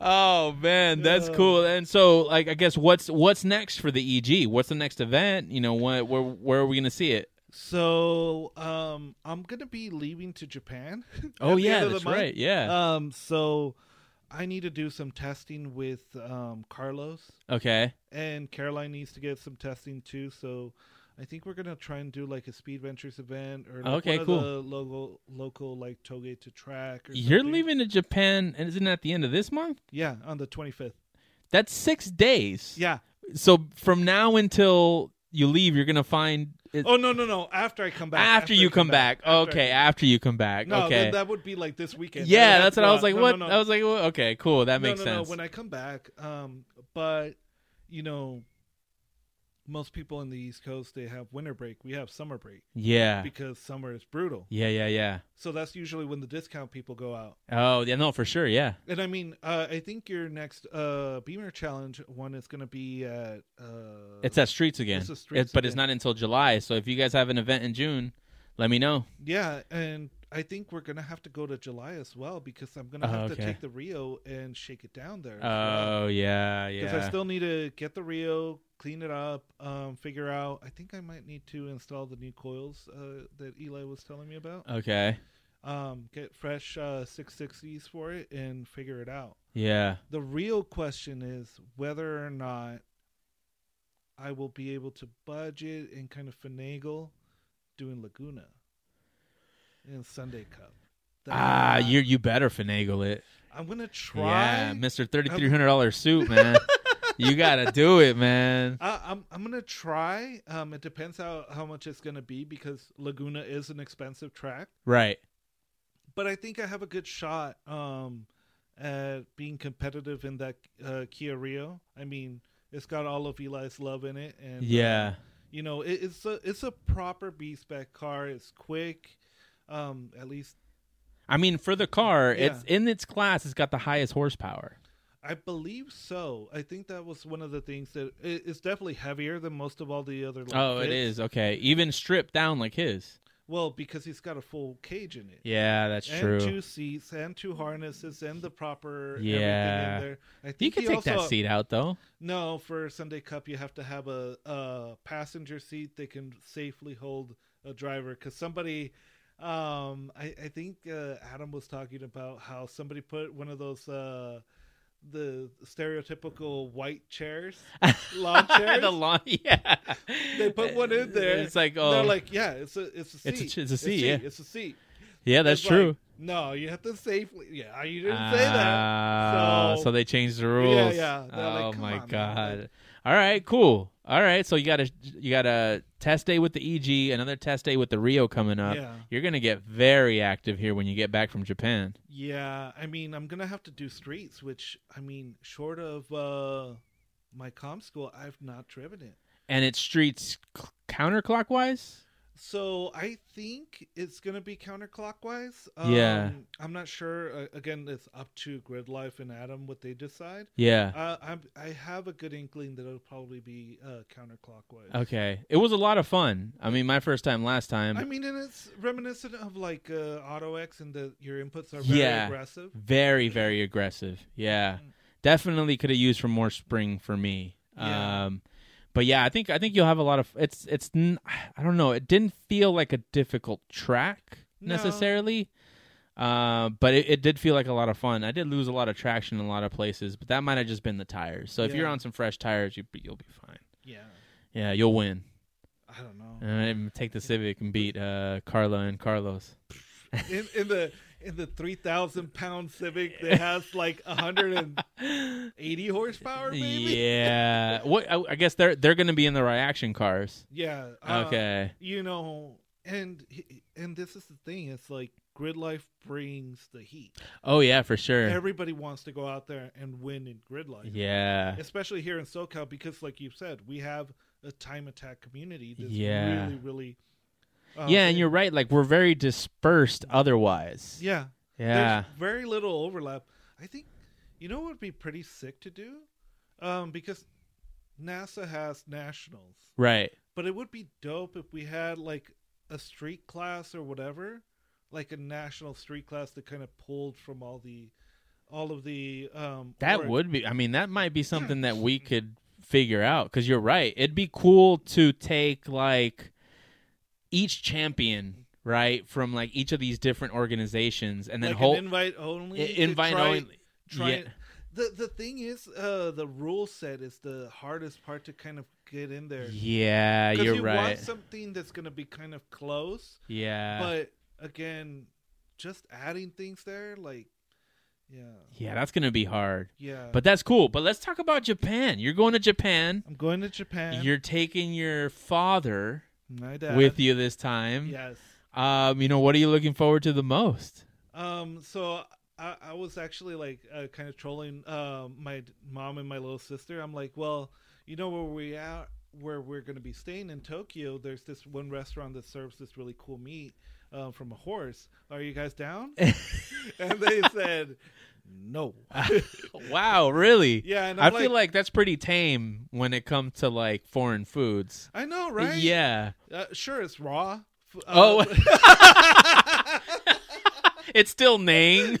[SPEAKER 1] Oh man, that's
[SPEAKER 3] Yeah.
[SPEAKER 1] cool. And so, like, I guess what's what's next for the EG? What's the next event? You know, what where where are we gonna see it?
[SPEAKER 3] So um, I'm gonna be leaving to Japan. at
[SPEAKER 1] Oh
[SPEAKER 3] the
[SPEAKER 1] yeah,
[SPEAKER 3] end of the
[SPEAKER 1] that's
[SPEAKER 3] month.
[SPEAKER 1] right. Yeah.
[SPEAKER 3] Um, so I need to do some testing with um, Carlos,
[SPEAKER 1] okay.
[SPEAKER 3] and Caroline needs to get some testing too. So I think we're gonna try and do like a Speed Ventures event or like
[SPEAKER 1] Okay,
[SPEAKER 3] one
[SPEAKER 1] cool.
[SPEAKER 3] of the local local like toge to track. Or
[SPEAKER 1] You're
[SPEAKER 3] something.
[SPEAKER 1] leaving to Japan, and isn't that the end of this month?
[SPEAKER 3] Yeah, on the 25th.
[SPEAKER 1] That's six days.
[SPEAKER 3] Yeah.
[SPEAKER 1] So from now until you leave, you're gonna find it
[SPEAKER 3] Oh no no no! After I come back.
[SPEAKER 1] after, you
[SPEAKER 3] I
[SPEAKER 1] come back.
[SPEAKER 3] After I
[SPEAKER 1] Okay,
[SPEAKER 3] come-
[SPEAKER 1] after you come back.
[SPEAKER 3] No,
[SPEAKER 1] okay.
[SPEAKER 3] then that would be like this weekend. I would
[SPEAKER 1] yeah,
[SPEAKER 3] have
[SPEAKER 1] that's
[SPEAKER 3] to
[SPEAKER 1] what I
[SPEAKER 3] go
[SPEAKER 1] was
[SPEAKER 3] out.
[SPEAKER 1] like.
[SPEAKER 3] No, no,
[SPEAKER 1] what?
[SPEAKER 3] no.
[SPEAKER 1] I was like, well, okay, cool. That makes
[SPEAKER 3] no, no,
[SPEAKER 1] sense.
[SPEAKER 3] No, when I come back, um, but you know, most people in the East Coast they have winter break. We have summer break
[SPEAKER 1] yeah.
[SPEAKER 3] because summer is brutal.
[SPEAKER 1] Yeah, yeah, yeah.
[SPEAKER 3] So that's usually when the discount people go out.
[SPEAKER 1] Oh, yeah, no, for sure. Yeah.
[SPEAKER 3] And I mean, uh, I think your next uh, Beamer Challenge one is going to be at. Uh,
[SPEAKER 1] It's at Streets again.
[SPEAKER 3] It's at Streets
[SPEAKER 1] It- but it's
[SPEAKER 3] again.
[SPEAKER 1] not until July. So if you guys have an event in June, let me know.
[SPEAKER 3] Yeah, and I think we're gonna have to go to July as well because I'm gonna
[SPEAKER 1] Oh,
[SPEAKER 3] have
[SPEAKER 1] okay.
[SPEAKER 3] to take the Rio and shake it down there.
[SPEAKER 1] Oh, yeah, yeah.
[SPEAKER 3] because I still need to get the Rio, clean it up, um, figure out. I think I might need to install the new coils uh, that Eli was telling me
[SPEAKER 1] Uh,
[SPEAKER 3] about.
[SPEAKER 1] okay.
[SPEAKER 3] Um, get fresh uh, 660s for it and figure it out.
[SPEAKER 1] Yeah.
[SPEAKER 3] The real question is whether or not I will be able to budget and kind of finagle doing Laguna and Sunday Cup. That-
[SPEAKER 1] Ah, you you better finagle it.
[SPEAKER 3] I'm gonna try.
[SPEAKER 1] Yeah, Mister Thirty Three Hundred Dollars suit, man. you gotta do it, man.
[SPEAKER 3] I, I'm I'm gonna try. Um, it depends how how much it's gonna be because Laguna is an expensive track,
[SPEAKER 1] Right.
[SPEAKER 3] but I think I have a good shot. Um, at being competitive in that uh, Kia Rio. I mean, it's got all of Eli's love in it, and uh,
[SPEAKER 1] Yeah.
[SPEAKER 3] you know it, it's a it's a proper B spec car. It's quick. Um, at least
[SPEAKER 1] I mean, for the car,
[SPEAKER 3] Yeah.
[SPEAKER 1] it's in its class. It's got the highest horsepower.
[SPEAKER 3] I believe so. I think that was one of the things that it, it's definitely heavier than most of all the other. Like,
[SPEAKER 1] oh, it
[SPEAKER 3] fits.
[SPEAKER 1] is okay. Even stripped down like his.
[SPEAKER 3] Well, because he's got a full cage in it.
[SPEAKER 1] Yeah, that's
[SPEAKER 3] and
[SPEAKER 1] true.
[SPEAKER 3] two seats and two harnesses and the proper
[SPEAKER 1] Yeah.
[SPEAKER 3] everything in there. I think
[SPEAKER 1] you can
[SPEAKER 3] he
[SPEAKER 1] take
[SPEAKER 3] also,
[SPEAKER 1] that seat out though.
[SPEAKER 3] No, for Sunday Cup you have to have a, a passenger seat that can safely hold a driver because somebody. Um, I, I think uh, Adam was talking about how somebody put one of those uh, the stereotypical white chairs, lawn chairs.
[SPEAKER 1] the lawn. Yeah.
[SPEAKER 3] They put one in there.
[SPEAKER 1] It's like
[SPEAKER 3] They're
[SPEAKER 1] oh,
[SPEAKER 3] like, yeah, it's a it's a
[SPEAKER 1] It's a
[SPEAKER 3] seat.
[SPEAKER 1] ch- it's a seat, yeah.
[SPEAKER 3] It's a seat.
[SPEAKER 1] yeah, that's
[SPEAKER 3] It's like,
[SPEAKER 1] true.
[SPEAKER 3] no, you have to safely. Yeah, you didn't say that.
[SPEAKER 1] Ah,
[SPEAKER 3] So-
[SPEAKER 1] so they changed the rules.
[SPEAKER 3] yeah. They're like,
[SPEAKER 1] oh
[SPEAKER 3] "Come
[SPEAKER 1] my
[SPEAKER 3] on, man."
[SPEAKER 1] god. All right, cool. All right, so you got a you got a test day with the EG, another test day with the Rio coming up.
[SPEAKER 3] Yeah.
[SPEAKER 1] You're gonna get very active here when you get back from Japan.
[SPEAKER 3] Yeah, I mean, I'm gonna have to do streets, which I mean, short of uh, my com school, I've not driven it.
[SPEAKER 1] And it streets c- counterclockwise.
[SPEAKER 3] So I think it's gonna be counterclockwise. Um,
[SPEAKER 1] Yeah.
[SPEAKER 3] I'm not sure. Uh, again, it's up to Grid Life and Adam what they decide.
[SPEAKER 1] Yeah.
[SPEAKER 3] Uh, I'm, I have a good inkling that it'll probably be uh, counterclockwise.
[SPEAKER 1] Okay. It was a lot of fun. I mean, my first time last time.
[SPEAKER 3] I mean, and it's reminiscent of like uh, AutoX, and that your inputs are very
[SPEAKER 1] Yeah.
[SPEAKER 3] aggressive. Mm.
[SPEAKER 1] very very aggressive. Yeah. Definitely could have used for more spring for me.
[SPEAKER 3] Yeah.
[SPEAKER 1] Um, but yeah, I think I think you'll have a lot of it's it's n- I don't know. It didn't feel like a difficult track
[SPEAKER 3] No.
[SPEAKER 1] necessarily, uh, but it, it did feel like a lot of fun. I did lose a lot of traction in a lot of places, but that might have just been the tires. So if you're
[SPEAKER 3] Yeah.
[SPEAKER 1] on some fresh tires, you you'll be fine.
[SPEAKER 3] Yeah.
[SPEAKER 1] Yeah, you'll win.
[SPEAKER 3] I don't know.
[SPEAKER 1] And take the Civic and beat uh, Carla and Carlos.
[SPEAKER 3] In, in the in the three thousand pound Civic that has like hundred and eighty horsepower, maybe.
[SPEAKER 1] Yeah. what? I, I guess they're they're going to be in the reaction cars.
[SPEAKER 3] Yeah. uh,
[SPEAKER 1] okay.
[SPEAKER 3] You know, and and this is the thing. It's like grid life brings the heat.
[SPEAKER 1] Oh yeah, for sure.
[SPEAKER 3] Everybody wants to go out there and win in grid life.
[SPEAKER 1] yeah.
[SPEAKER 3] especially here in SoCal, because like you said, we have a time attack community that's
[SPEAKER 1] Yeah.
[SPEAKER 3] really, really. uh,
[SPEAKER 1] yeah, and you're right. Like we're very dispersed otherwise.
[SPEAKER 3] Yeah,
[SPEAKER 1] Yeah.
[SPEAKER 3] There's very little overlap. I think you know what would be pretty sick to do, um, because NASA has nationals,
[SPEAKER 1] Right.
[SPEAKER 3] but it would be dope if we had like a street class or whatever, like a national street class that kind of pulled from all the, all of the. Um,
[SPEAKER 1] That
[SPEAKER 3] org-
[SPEAKER 1] would be. I mean, that might be something that we could figure out. Because you're right. It'd be cool to take like each champion right from like each of these different organizations and then
[SPEAKER 3] like
[SPEAKER 1] hold
[SPEAKER 3] an invite only. to
[SPEAKER 1] invite
[SPEAKER 3] try-
[SPEAKER 1] only.
[SPEAKER 3] try
[SPEAKER 1] Yeah.
[SPEAKER 3] it. The the thing is, uh, the rule set is the hardest part to kind of get in there.
[SPEAKER 1] Yeah,
[SPEAKER 3] 'Cause
[SPEAKER 1] you're
[SPEAKER 3] you
[SPEAKER 1] right.
[SPEAKER 3] want something that's going to be kind of close,
[SPEAKER 1] yeah.
[SPEAKER 3] but again, just adding things there, like, yeah,
[SPEAKER 1] yeah, that's going to be hard.
[SPEAKER 3] yeah.
[SPEAKER 1] But that's cool. But let's talk about Japan. You're going to Japan.
[SPEAKER 3] I'm going to Japan.
[SPEAKER 1] You're taking your father
[SPEAKER 3] my dad
[SPEAKER 1] with you this time.
[SPEAKER 3] Yes.
[SPEAKER 1] Um, you know, what are you looking forward to the most?
[SPEAKER 3] Um. So I, I was actually like uh, kind of trolling uh, my d- mom and my little sister. I'm like, well, you know where we are, where we're going to be staying in Tokyo. There's this one restaurant that serves this really cool meat uh, from a horse. Are you guys down? and they said, no.
[SPEAKER 1] wow, really?
[SPEAKER 3] Yeah, and
[SPEAKER 1] I
[SPEAKER 3] I'm
[SPEAKER 1] feel like that's pretty tame when it comes to like foreign foods.
[SPEAKER 3] I know, right?
[SPEAKER 1] Yeah.
[SPEAKER 3] Uh, sure, it's raw. F-
[SPEAKER 1] Oh.
[SPEAKER 3] uh,
[SPEAKER 1] It's still neighing.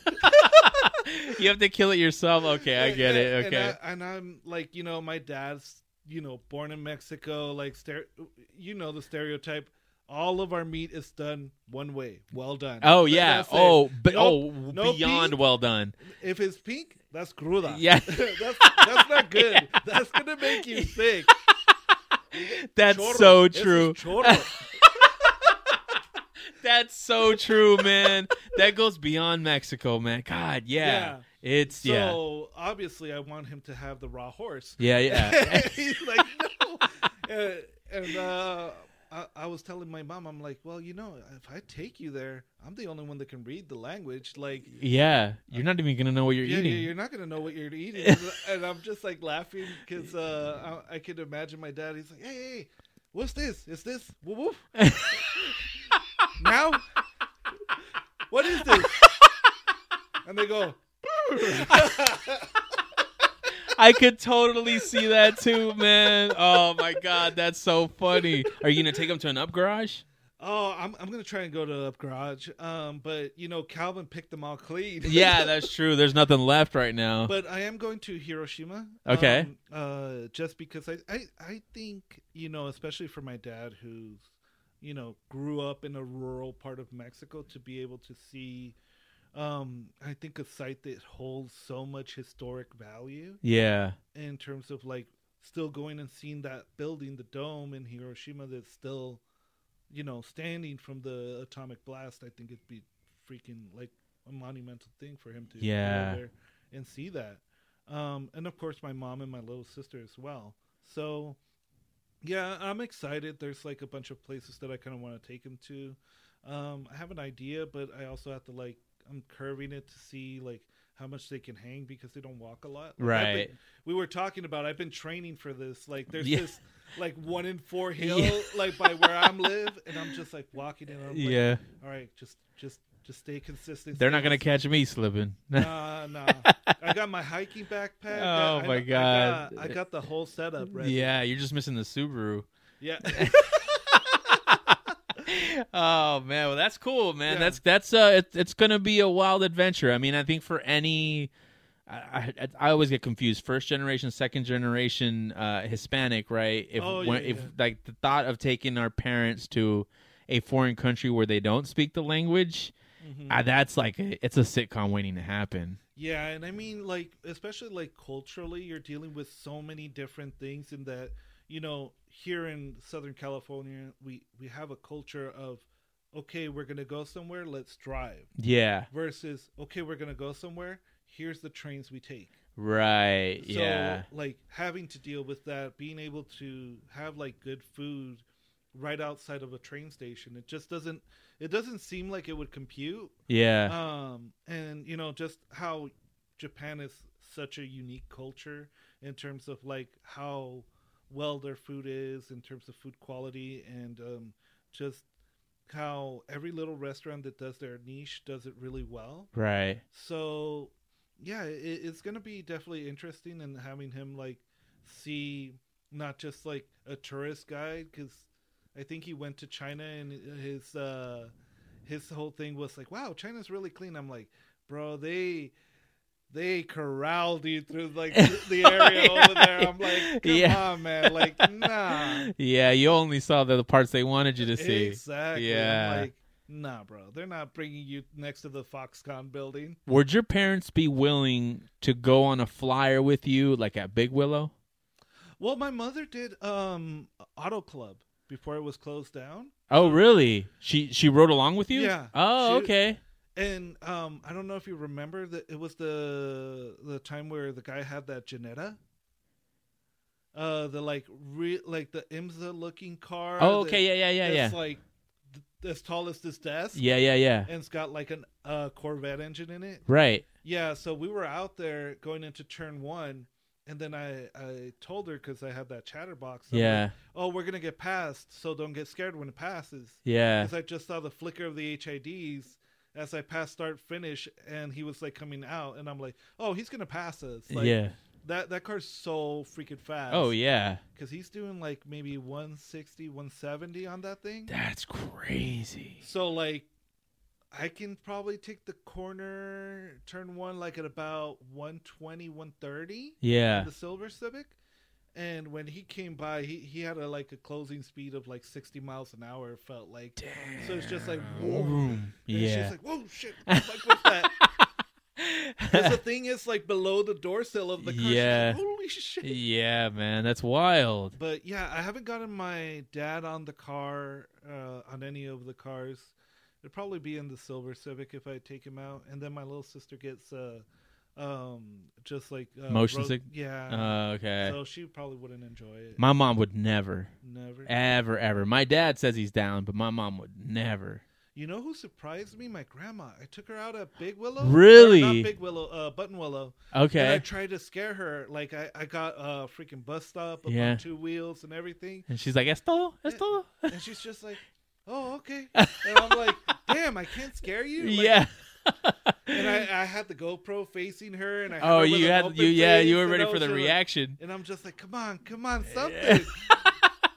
[SPEAKER 1] you have to kill it yourself. Okay, I get it.
[SPEAKER 3] And- uh,
[SPEAKER 1] Okay.
[SPEAKER 3] And, I, am like, you know, my dad's, you know, born in Mexico, like, stere- you know, the stereotype. All of our meat is done one way. Well done.
[SPEAKER 1] Oh
[SPEAKER 3] That-
[SPEAKER 1] yeah.
[SPEAKER 3] that's it.
[SPEAKER 1] Oh, but
[SPEAKER 3] Nope.
[SPEAKER 1] oh,
[SPEAKER 3] No
[SPEAKER 1] beyond
[SPEAKER 3] pink.
[SPEAKER 1] well done.
[SPEAKER 3] If it's pink, that's cruda.
[SPEAKER 1] Yeah.
[SPEAKER 3] that's, that's not good. That's going to make you sick.
[SPEAKER 1] That's
[SPEAKER 3] Chorro.
[SPEAKER 1] so
[SPEAKER 3] This is
[SPEAKER 1] true.
[SPEAKER 3] chorro.
[SPEAKER 1] That's so true, man. that goes beyond Mexico, man. God, yeah.
[SPEAKER 3] Yeah.
[SPEAKER 1] It's yeah.
[SPEAKER 3] So obviously, I want him to have the raw horse.
[SPEAKER 1] Yeah, yeah.
[SPEAKER 3] he's like, no. and and, uh, I, I was telling my mom, I'm like, well, you know, if I take you there, I'm the only one that can read the language. Like,
[SPEAKER 1] yeah. You're not even gonna know what you're
[SPEAKER 3] yeah,
[SPEAKER 1] eating.
[SPEAKER 3] yeah, you're not gonna know what you're eating. and I'm just like laughing because uh, I, I could imagine my dad. He's like, hey, hey, hey, what's this? Is this woof woof? now, what is this? and they go,
[SPEAKER 1] I could totally see that too, man. Oh my god, that's so funny. Are you gonna take him to an up garage?
[SPEAKER 3] oh, I'm I'm gonna try and go to the garage. Um, but you know, Calvin picked them all clean.
[SPEAKER 1] Yeah, that's true. There's nothing left right now.
[SPEAKER 3] but I am going to Hiroshima.
[SPEAKER 1] Okay.
[SPEAKER 3] um, uh, just because I, I, I think you know, especially for my dad, who's you know grew up in a rural part of Mexico, to be able to see, um, I think a site that holds so much historic value
[SPEAKER 1] yeah.
[SPEAKER 3] in terms of like still going and seeing that building, the dome in Hiroshima, that's still, you know, standing from the atomic blast. I think it'd be freaking like a monumental thing for him to go
[SPEAKER 1] Yeah.
[SPEAKER 3] there and see that. Um, and of course, my mom and my little sister as well. So, yeah, I'm excited. There's like a bunch of places that I kind of want to take him to. Um, I have an idea, but I also have to like I'm curving it to see like how much they can hang because they don't walk a lot. Like, I've been-
[SPEAKER 1] Right.
[SPEAKER 3] we were talking about I've been training for this. Like there's
[SPEAKER 1] Yeah.
[SPEAKER 3] this like one in four hill
[SPEAKER 1] Yeah.
[SPEAKER 3] like by where I'm live and I'm just like walking in. and I'm yeah.
[SPEAKER 1] Yeah.
[SPEAKER 3] All right, just just just stay consistent.
[SPEAKER 1] They're
[SPEAKER 3] stay
[SPEAKER 1] not gonna
[SPEAKER 3] consistent."
[SPEAKER 1] catch me slipping.
[SPEAKER 3] Nah, nah. I got my hiking backpack.
[SPEAKER 1] Oh,
[SPEAKER 3] I-
[SPEAKER 1] my
[SPEAKER 3] I
[SPEAKER 1] God.
[SPEAKER 3] got- I got the whole setup ready.
[SPEAKER 1] yeah, you're just missing the Subaru.
[SPEAKER 3] yeah.
[SPEAKER 1] oh man, well that's cool, man.
[SPEAKER 3] Yeah.
[SPEAKER 1] That's that's uh, it, it's gonna be a wild adventure. I mean, I think for any I, I, I always get confused. First generation, second generation uh, Hispanic, right? If
[SPEAKER 3] Oh,
[SPEAKER 1] when-
[SPEAKER 3] yeah,
[SPEAKER 1] if
[SPEAKER 3] yeah.
[SPEAKER 1] like the thought of taking our parents to a foreign country where they don't speak the language,
[SPEAKER 3] Mhm.
[SPEAKER 1] ah, that's like a, it's a sitcom waiting to happen.
[SPEAKER 3] Yeah, and I mean, like, especially like culturally, you're dealing with so many different things. In that, you know, here in Southern California, we we have a culture of, okay, we're gonna go somewhere, let's drive.
[SPEAKER 1] Yeah,
[SPEAKER 3] Versus, okay, we're gonna go somewhere, here's the trains we take.
[SPEAKER 1] right.
[SPEAKER 3] So,
[SPEAKER 1] yeah,
[SPEAKER 3] like having to deal with that, being able to have like good food right outside of a train station, it just doesn't. It doesn't seem like it would compute
[SPEAKER 1] yeah.
[SPEAKER 3] um and you know just how japan is such a unique culture in terms of like how well their food is in terms of food quality and um just how every little restaurant that does their niche does it really well
[SPEAKER 1] Right.
[SPEAKER 3] so yeah it, it's gonna be definitely interesting and having him like see not just like a tourist guide because i think he went to china and his uh his whole thing was like wow china's really clean i'm like bro they they corralled you through like the area
[SPEAKER 1] Yeah.
[SPEAKER 3] over there i'm like come
[SPEAKER 1] Yeah.
[SPEAKER 3] on man like nah
[SPEAKER 1] Yeah, you only saw the, the parts they wanted you to see.
[SPEAKER 3] exactly
[SPEAKER 1] Yeah.
[SPEAKER 3] I'm like nah bro they're not bringing you next to the foxconn building
[SPEAKER 1] Would your parents be willing to go on a flyer with you, like at Big Willow?
[SPEAKER 3] Well, my mother did um Auto Club before it was closed down,
[SPEAKER 1] Oh, really? She she rode along with you?
[SPEAKER 3] Yeah.
[SPEAKER 1] Oh,
[SPEAKER 3] She-
[SPEAKER 1] okay.
[SPEAKER 3] and um I don't know if you remember that it was the the time where the guy had that Janetta. Uh, the like re- like the IMSA looking car.
[SPEAKER 1] Oh,
[SPEAKER 3] that-
[SPEAKER 1] okay. Yeah, yeah, yeah, yeah.
[SPEAKER 3] that's, like th- as tall as this desk.
[SPEAKER 1] Yeah, yeah, yeah.
[SPEAKER 3] And it's got like an uh, Corvette engine in it.
[SPEAKER 1] Right.
[SPEAKER 3] Yeah, so we were out there going into turn one, and then I I told her because I had that chatterbox. I'm like,
[SPEAKER 1] Yeah.
[SPEAKER 3] oh, we're gonna get passed, so don't get scared when it passes.
[SPEAKER 1] Yeah.
[SPEAKER 3] Because I just saw the flicker of the HIDs as I passed start finish, and he was like coming out, and I'm like, oh, he's gonna pass us. Like,
[SPEAKER 1] yeah.
[SPEAKER 3] That that car's so freaking fast.
[SPEAKER 1] Oh, yeah.
[SPEAKER 3] Because he's doing like maybe 160, 170 on that thing.
[SPEAKER 1] That's crazy.
[SPEAKER 3] So like, I can probably take the corner turn one like at about 120, 130
[SPEAKER 1] Yeah.
[SPEAKER 3] the silver civic and when he came by he, he had a like a closing speed of like 60 miles an hour it felt like so it's just like whoa.
[SPEAKER 1] Boom.
[SPEAKER 3] And
[SPEAKER 1] Yeah.
[SPEAKER 3] she's like whoa shit what the fuck was that because the thing is like below the door sill of the car She's
[SPEAKER 1] Yeah.
[SPEAKER 3] like, holy shit
[SPEAKER 1] yeah, man. That's wild.
[SPEAKER 3] but yeah i haven't gotten my dad on the car uh, on any of the cars it'd probably be in the silver civic if i take him out and then my little sister gets uh um just like uh,
[SPEAKER 1] Motion
[SPEAKER 3] road-
[SPEAKER 1] sick-
[SPEAKER 3] yeah
[SPEAKER 1] Uh, okay.
[SPEAKER 3] so she probably wouldn't enjoy it
[SPEAKER 1] My mom would never,
[SPEAKER 3] Never.
[SPEAKER 1] ever, ever. My dad says he's down, but my mom would never.
[SPEAKER 3] you know who surprised me? My grandma. I took her out at Big Willow. or
[SPEAKER 1] Really?
[SPEAKER 3] Not Big Willow. Uh, Button Willow. And I
[SPEAKER 1] Okay.
[SPEAKER 3] tried to scare her. Like I, I got a freaking bus stop up
[SPEAKER 1] Yeah.
[SPEAKER 3] on two wheels and everything,
[SPEAKER 1] And she's like, Esto, Esto.
[SPEAKER 3] and she's just like, "Oh, okay." And I'm like, "Damn, I can't scare you." Like,
[SPEAKER 1] yeah.
[SPEAKER 3] And I, I had the GoPro facing her, and I. had
[SPEAKER 1] Oh,
[SPEAKER 3] her with
[SPEAKER 1] you
[SPEAKER 3] an
[SPEAKER 1] had
[SPEAKER 3] open
[SPEAKER 1] you. Yeah,
[SPEAKER 3] face,
[SPEAKER 1] you were
[SPEAKER 3] and
[SPEAKER 1] ready
[SPEAKER 3] I
[SPEAKER 1] for
[SPEAKER 3] was
[SPEAKER 1] the
[SPEAKER 3] just like-
[SPEAKER 1] reaction.
[SPEAKER 3] And I'm just like, "Come on, come on, something."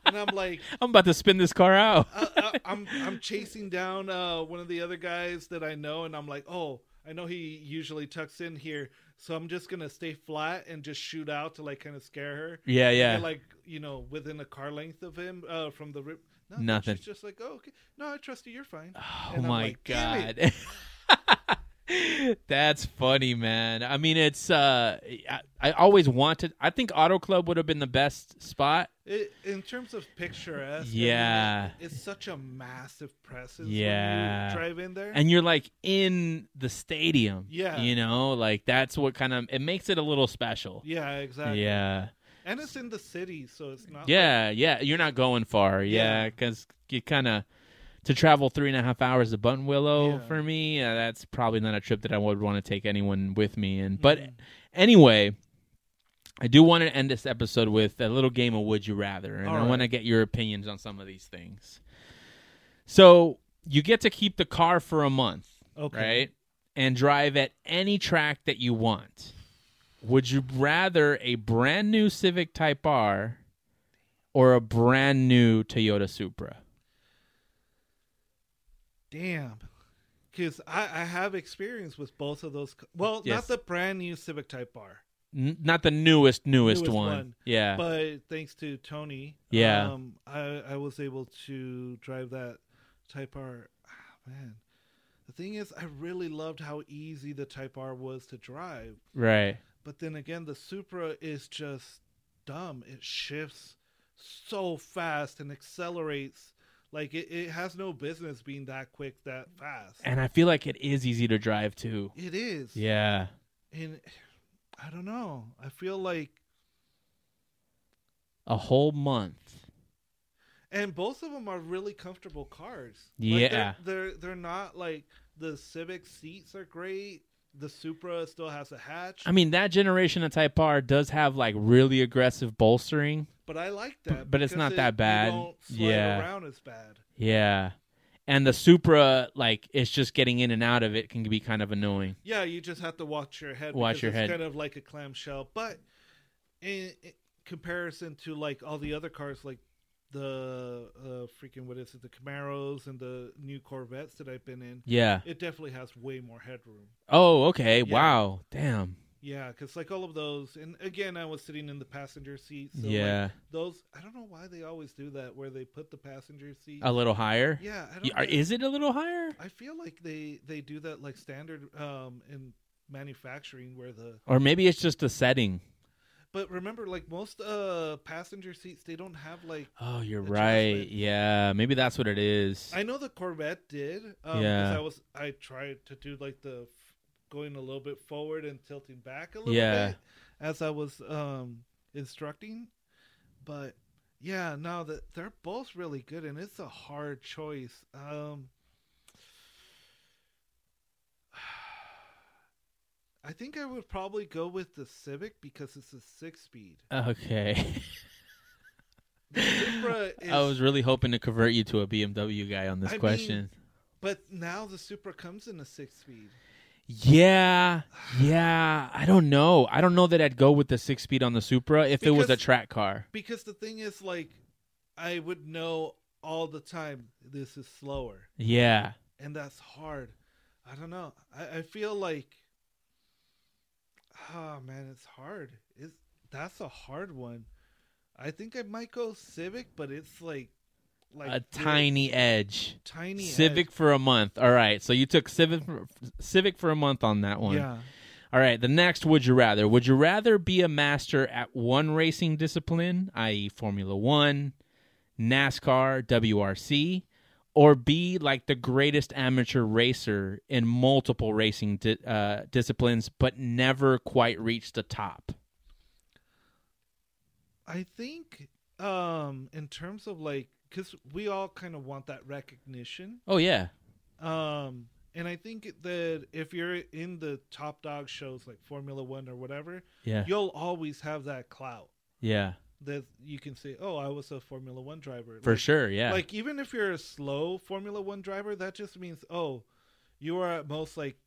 [SPEAKER 3] and I'm like,
[SPEAKER 1] I'm about to spin this car out.
[SPEAKER 3] I, I, Uh, I'm I'm chasing down uh, one of the other guys that I know, and I'm like, oh, I know he usually tucks in here, so I'm just gonna stay flat and just shoot out to like kind of scare her.
[SPEAKER 1] yeah, yeah.
[SPEAKER 3] Get, like you know, within a car length of him uh, from the rip. No,
[SPEAKER 1] Nothing.
[SPEAKER 3] She's just like, oh, okay. No, I trust you. You're fine.
[SPEAKER 1] oh
[SPEAKER 3] and I'm
[SPEAKER 1] my
[SPEAKER 3] like, "Damn
[SPEAKER 1] god. That's funny, man. I mean, it's uh, I, I always wanted. I think Auto Club would have been the best spot.
[SPEAKER 3] It, in terms of picturesque, I mean,
[SPEAKER 1] Yeah.
[SPEAKER 3] it- it's such a massive presence.
[SPEAKER 1] Yeah.
[SPEAKER 3] when you drive in there.
[SPEAKER 1] and you're like in the stadium.
[SPEAKER 3] Yeah.
[SPEAKER 1] you know, like that's what kind of it makes it a little special.
[SPEAKER 3] yeah, exactly.
[SPEAKER 1] Yeah,
[SPEAKER 3] And it's in the city, so it's not. like-
[SPEAKER 1] yeah, yeah. You're not going far. Yeah,
[SPEAKER 3] Yeah.
[SPEAKER 1] because you kind of to travel three and a half hours to Button Willow
[SPEAKER 3] Yeah.
[SPEAKER 1] for me. Uh, that's probably not a trip that I would want to take anyone with me. And but
[SPEAKER 3] Mhm.
[SPEAKER 1] anyway. I do want to end this episode with a little game of Would You Rather, and
[SPEAKER 3] All
[SPEAKER 1] I
[SPEAKER 3] right.
[SPEAKER 1] want to get your opinions on some of these things. So, you get to keep the car for a month.
[SPEAKER 3] okay.
[SPEAKER 1] right? And drive at any track that you want. Would you rather a brand new Civic Type R or a brand new Toyota Supra?
[SPEAKER 3] Damn. because I, I have experience with both of those. c- Well,
[SPEAKER 1] Yes.
[SPEAKER 3] not the brand new Civic Type R,
[SPEAKER 1] N- not the newest, newest,
[SPEAKER 3] Newest
[SPEAKER 1] one.
[SPEAKER 3] one,
[SPEAKER 1] Yeah.
[SPEAKER 3] but thanks to Tony,
[SPEAKER 1] Yeah.
[SPEAKER 3] um, I I was able to drive that Type R. Ah, man, the thing is, I really loved how easy the Type R was to drive.
[SPEAKER 1] right.
[SPEAKER 3] But then again, the Supra is just dumb. It shifts so fast and accelerates. Like it, it has no business being that quick, that fast.
[SPEAKER 1] And I feel like it is easy to drive too.
[SPEAKER 3] it is.
[SPEAKER 1] Yeah.
[SPEAKER 3] And I don't know. I feel like
[SPEAKER 1] A whole month.
[SPEAKER 3] and both of them are really comfortable cars. Like
[SPEAKER 1] Yeah.
[SPEAKER 3] they're, they're they're not like the Civic seats are great. The Supra still has a hatch,
[SPEAKER 1] I mean, that generation of Type R does have like really aggressive bolstering.
[SPEAKER 3] but I like
[SPEAKER 1] b-
[SPEAKER 3] that.
[SPEAKER 1] but it's
[SPEAKER 3] because
[SPEAKER 1] not
[SPEAKER 3] it-
[SPEAKER 1] that
[SPEAKER 3] you
[SPEAKER 1] bad.
[SPEAKER 3] don't slide
[SPEAKER 1] Yeah.
[SPEAKER 3] around as bad.
[SPEAKER 1] Yeah. And the Supra, like, it's just getting in and out of it can be kind of annoying.
[SPEAKER 3] Yeah, you just have to watch your head.
[SPEAKER 1] Watch
[SPEAKER 3] because
[SPEAKER 1] your
[SPEAKER 3] it's
[SPEAKER 1] head.
[SPEAKER 3] Kind of like a clamshell, but in, in comparison to like all the other cars, like the uh, freaking what is it, the Camaros and the new Corvettes that I've been in,
[SPEAKER 1] Yeah.
[SPEAKER 3] it definitely has way more headroom.
[SPEAKER 1] Oh, okay.
[SPEAKER 3] Yeah.
[SPEAKER 1] Wow. Damn.
[SPEAKER 3] Yeah, because like all of those, and again, I was sitting in the passenger seat. So like,
[SPEAKER 1] yeah.
[SPEAKER 3] those I don't know why they always do that, where they put the passenger seat.
[SPEAKER 1] a little higher?
[SPEAKER 3] yeah, I don't.
[SPEAKER 1] Y- are-
[SPEAKER 3] get-
[SPEAKER 1] Is it a little higher?
[SPEAKER 3] I feel like they they do that like standard um in manufacturing where the
[SPEAKER 1] Or maybe it's just a setting.
[SPEAKER 3] But remember, like most uh passenger seats, they don't have like.
[SPEAKER 1] Oh, you're
[SPEAKER 3] Adjustment.
[SPEAKER 1] right. Yeah. Maybe that's what it is.
[SPEAKER 3] I know the Corvette did. Um,
[SPEAKER 1] Yeah.
[SPEAKER 3] yeah. I was I tried to do like the f- going a little bit forward and tilting back a little
[SPEAKER 1] Yeah.
[SPEAKER 3] bit as I was um instructing, but yeah, no, that they're both really good and it's a hard choice. Um. I think I would probably go with the Civic because it's a six-speed.
[SPEAKER 1] okay.
[SPEAKER 3] The Supra is
[SPEAKER 1] I was really hoping to convert you to a BMW guy on this
[SPEAKER 3] I mean-
[SPEAKER 1] question.
[SPEAKER 3] But now the Supra comes in a six speed.
[SPEAKER 1] yeah. Yeah. I don't know. I don't know that I'd go with the six speed on the Supra if it was a
[SPEAKER 3] Because-
[SPEAKER 1] track car.
[SPEAKER 3] Because the thing is, like, I would know all the time this is slower.
[SPEAKER 1] Yeah.
[SPEAKER 3] And that's hard. I don't know. I, I feel like, oh man, it's hard. It's, that's a hard one. I think I might go Civic, but it's like, like
[SPEAKER 1] a
[SPEAKER 3] really
[SPEAKER 1] tiny edge.
[SPEAKER 3] tiny
[SPEAKER 1] Civic for a month. All right. So you took Civic for, Civic for a month on that
[SPEAKER 3] edge.
[SPEAKER 1] one.
[SPEAKER 3] Yeah.
[SPEAKER 1] All right. The next would you rather? Would you rather be a master at one racing discipline, i.e., Formula One, NASCAR, WRC, or be like the greatest amateur racer in multiple racing di- uh, disciplines, but never quite reach the top?
[SPEAKER 3] I think, um, in terms of like, because we all kind of want that recognition.
[SPEAKER 1] Oh yeah.
[SPEAKER 3] Um, and I think that if you're in the top dog shows like Formula One or whatever,
[SPEAKER 1] Yeah.
[SPEAKER 3] you'll always have that clout
[SPEAKER 1] Yeah.
[SPEAKER 3] that you can say, "Oh, I was a Formula One driver."
[SPEAKER 1] For
[SPEAKER 3] Like-
[SPEAKER 1] sure. Yeah.
[SPEAKER 3] Like even if you're a slow Formula One driver, that just means, "Oh, you are at most like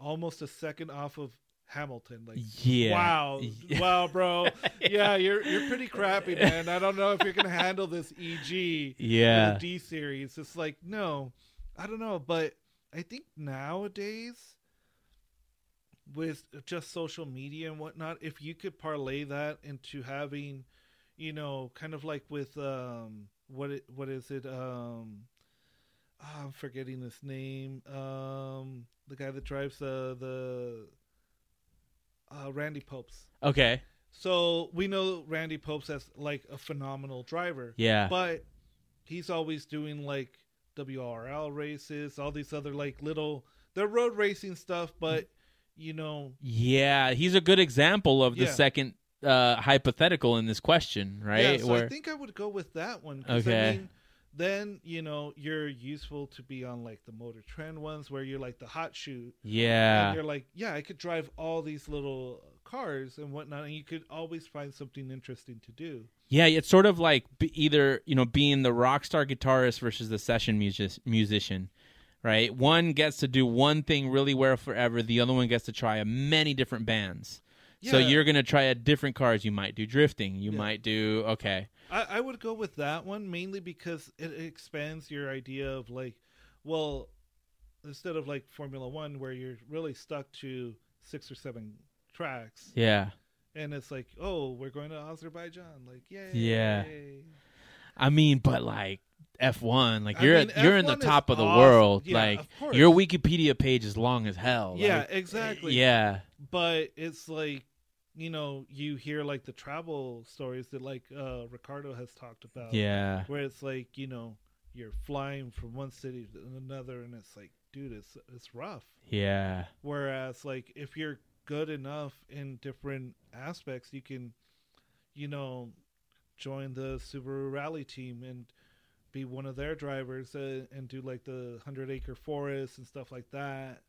[SPEAKER 3] almost a second off of Hamilton." Like.
[SPEAKER 1] yeah.
[SPEAKER 3] Wow!
[SPEAKER 1] Yeah.
[SPEAKER 3] Wow, bro. Yeah, you're you're pretty crappy, man. I don't know if you're gonna handle this E EG
[SPEAKER 1] Yeah.
[SPEAKER 3] the D series. It's like, no, I don't know, but I think nowadays with just social media and whatnot, if you could parlay that into having, you know, kind of like with um what it, what is it um ah, I'm forgetting his name um the guy that drives uh, the uh Randy Popes.
[SPEAKER 1] Okay.
[SPEAKER 3] So we know Randy Popes as like a phenomenal driver
[SPEAKER 1] Yeah.
[SPEAKER 3] but he's always doing like WRL races, all these other like little they're road racing stuff,
[SPEAKER 1] Hmm.
[SPEAKER 3] but you know,
[SPEAKER 1] Yeah, he's a good example of the
[SPEAKER 3] Yeah.
[SPEAKER 1] second uh, hypothetical in this question, right?
[SPEAKER 3] yeah. So
[SPEAKER 1] Where-
[SPEAKER 3] I think I would go with that one. 'cause, I
[SPEAKER 1] Okay.
[SPEAKER 3] mean, then you know you're useful to be on like the Motor Trend ones where you're like the hot shoot, and
[SPEAKER 1] yeah,
[SPEAKER 3] you're like, yeah, I could drive all these little cars and whatnot, and you could always find something interesting to do.
[SPEAKER 1] yeah, it's sort of like b- either you know being the rock star guitarist versus the session music- musician, right? One gets to do one thing really well forever, the other one gets to try a many different bands. So
[SPEAKER 3] Yeah.
[SPEAKER 1] you're gonna try a different cars. You might do drifting. You
[SPEAKER 3] Yeah.
[SPEAKER 1] might do okay.
[SPEAKER 3] I, I would go with that one mainly because it expands your idea of like, well, instead of like Formula One where you're really stuck to six or seven tracks,
[SPEAKER 1] Yeah.
[SPEAKER 3] and it's like, oh, we're going to Azerbaijan, like yay,
[SPEAKER 1] Yeah. I mean, but like F1, like
[SPEAKER 3] I
[SPEAKER 1] you're
[SPEAKER 3] mean,
[SPEAKER 1] at- you're in the
[SPEAKER 3] F1 is
[SPEAKER 1] top of the
[SPEAKER 3] awesome.
[SPEAKER 1] world.
[SPEAKER 3] Yeah,
[SPEAKER 1] like
[SPEAKER 3] of course.
[SPEAKER 1] your Wikipedia page is long as hell.
[SPEAKER 3] yeah,
[SPEAKER 1] Like,
[SPEAKER 3] exactly,
[SPEAKER 1] Yeah.
[SPEAKER 3] But it's like, you know, you hear like the travel stories that like uh Ricardo has talked about,
[SPEAKER 1] Yeah.
[SPEAKER 3] where it's like, you know, you're flying from one city to another, and it's like, dude, it's it's rough.
[SPEAKER 1] Yeah.
[SPEAKER 3] Whereas, like, if you're good enough in different aspects, you can, you know, join the Subaru Rally team and be one of their drivers uh, and do like the hundred acre forest and stuff like that,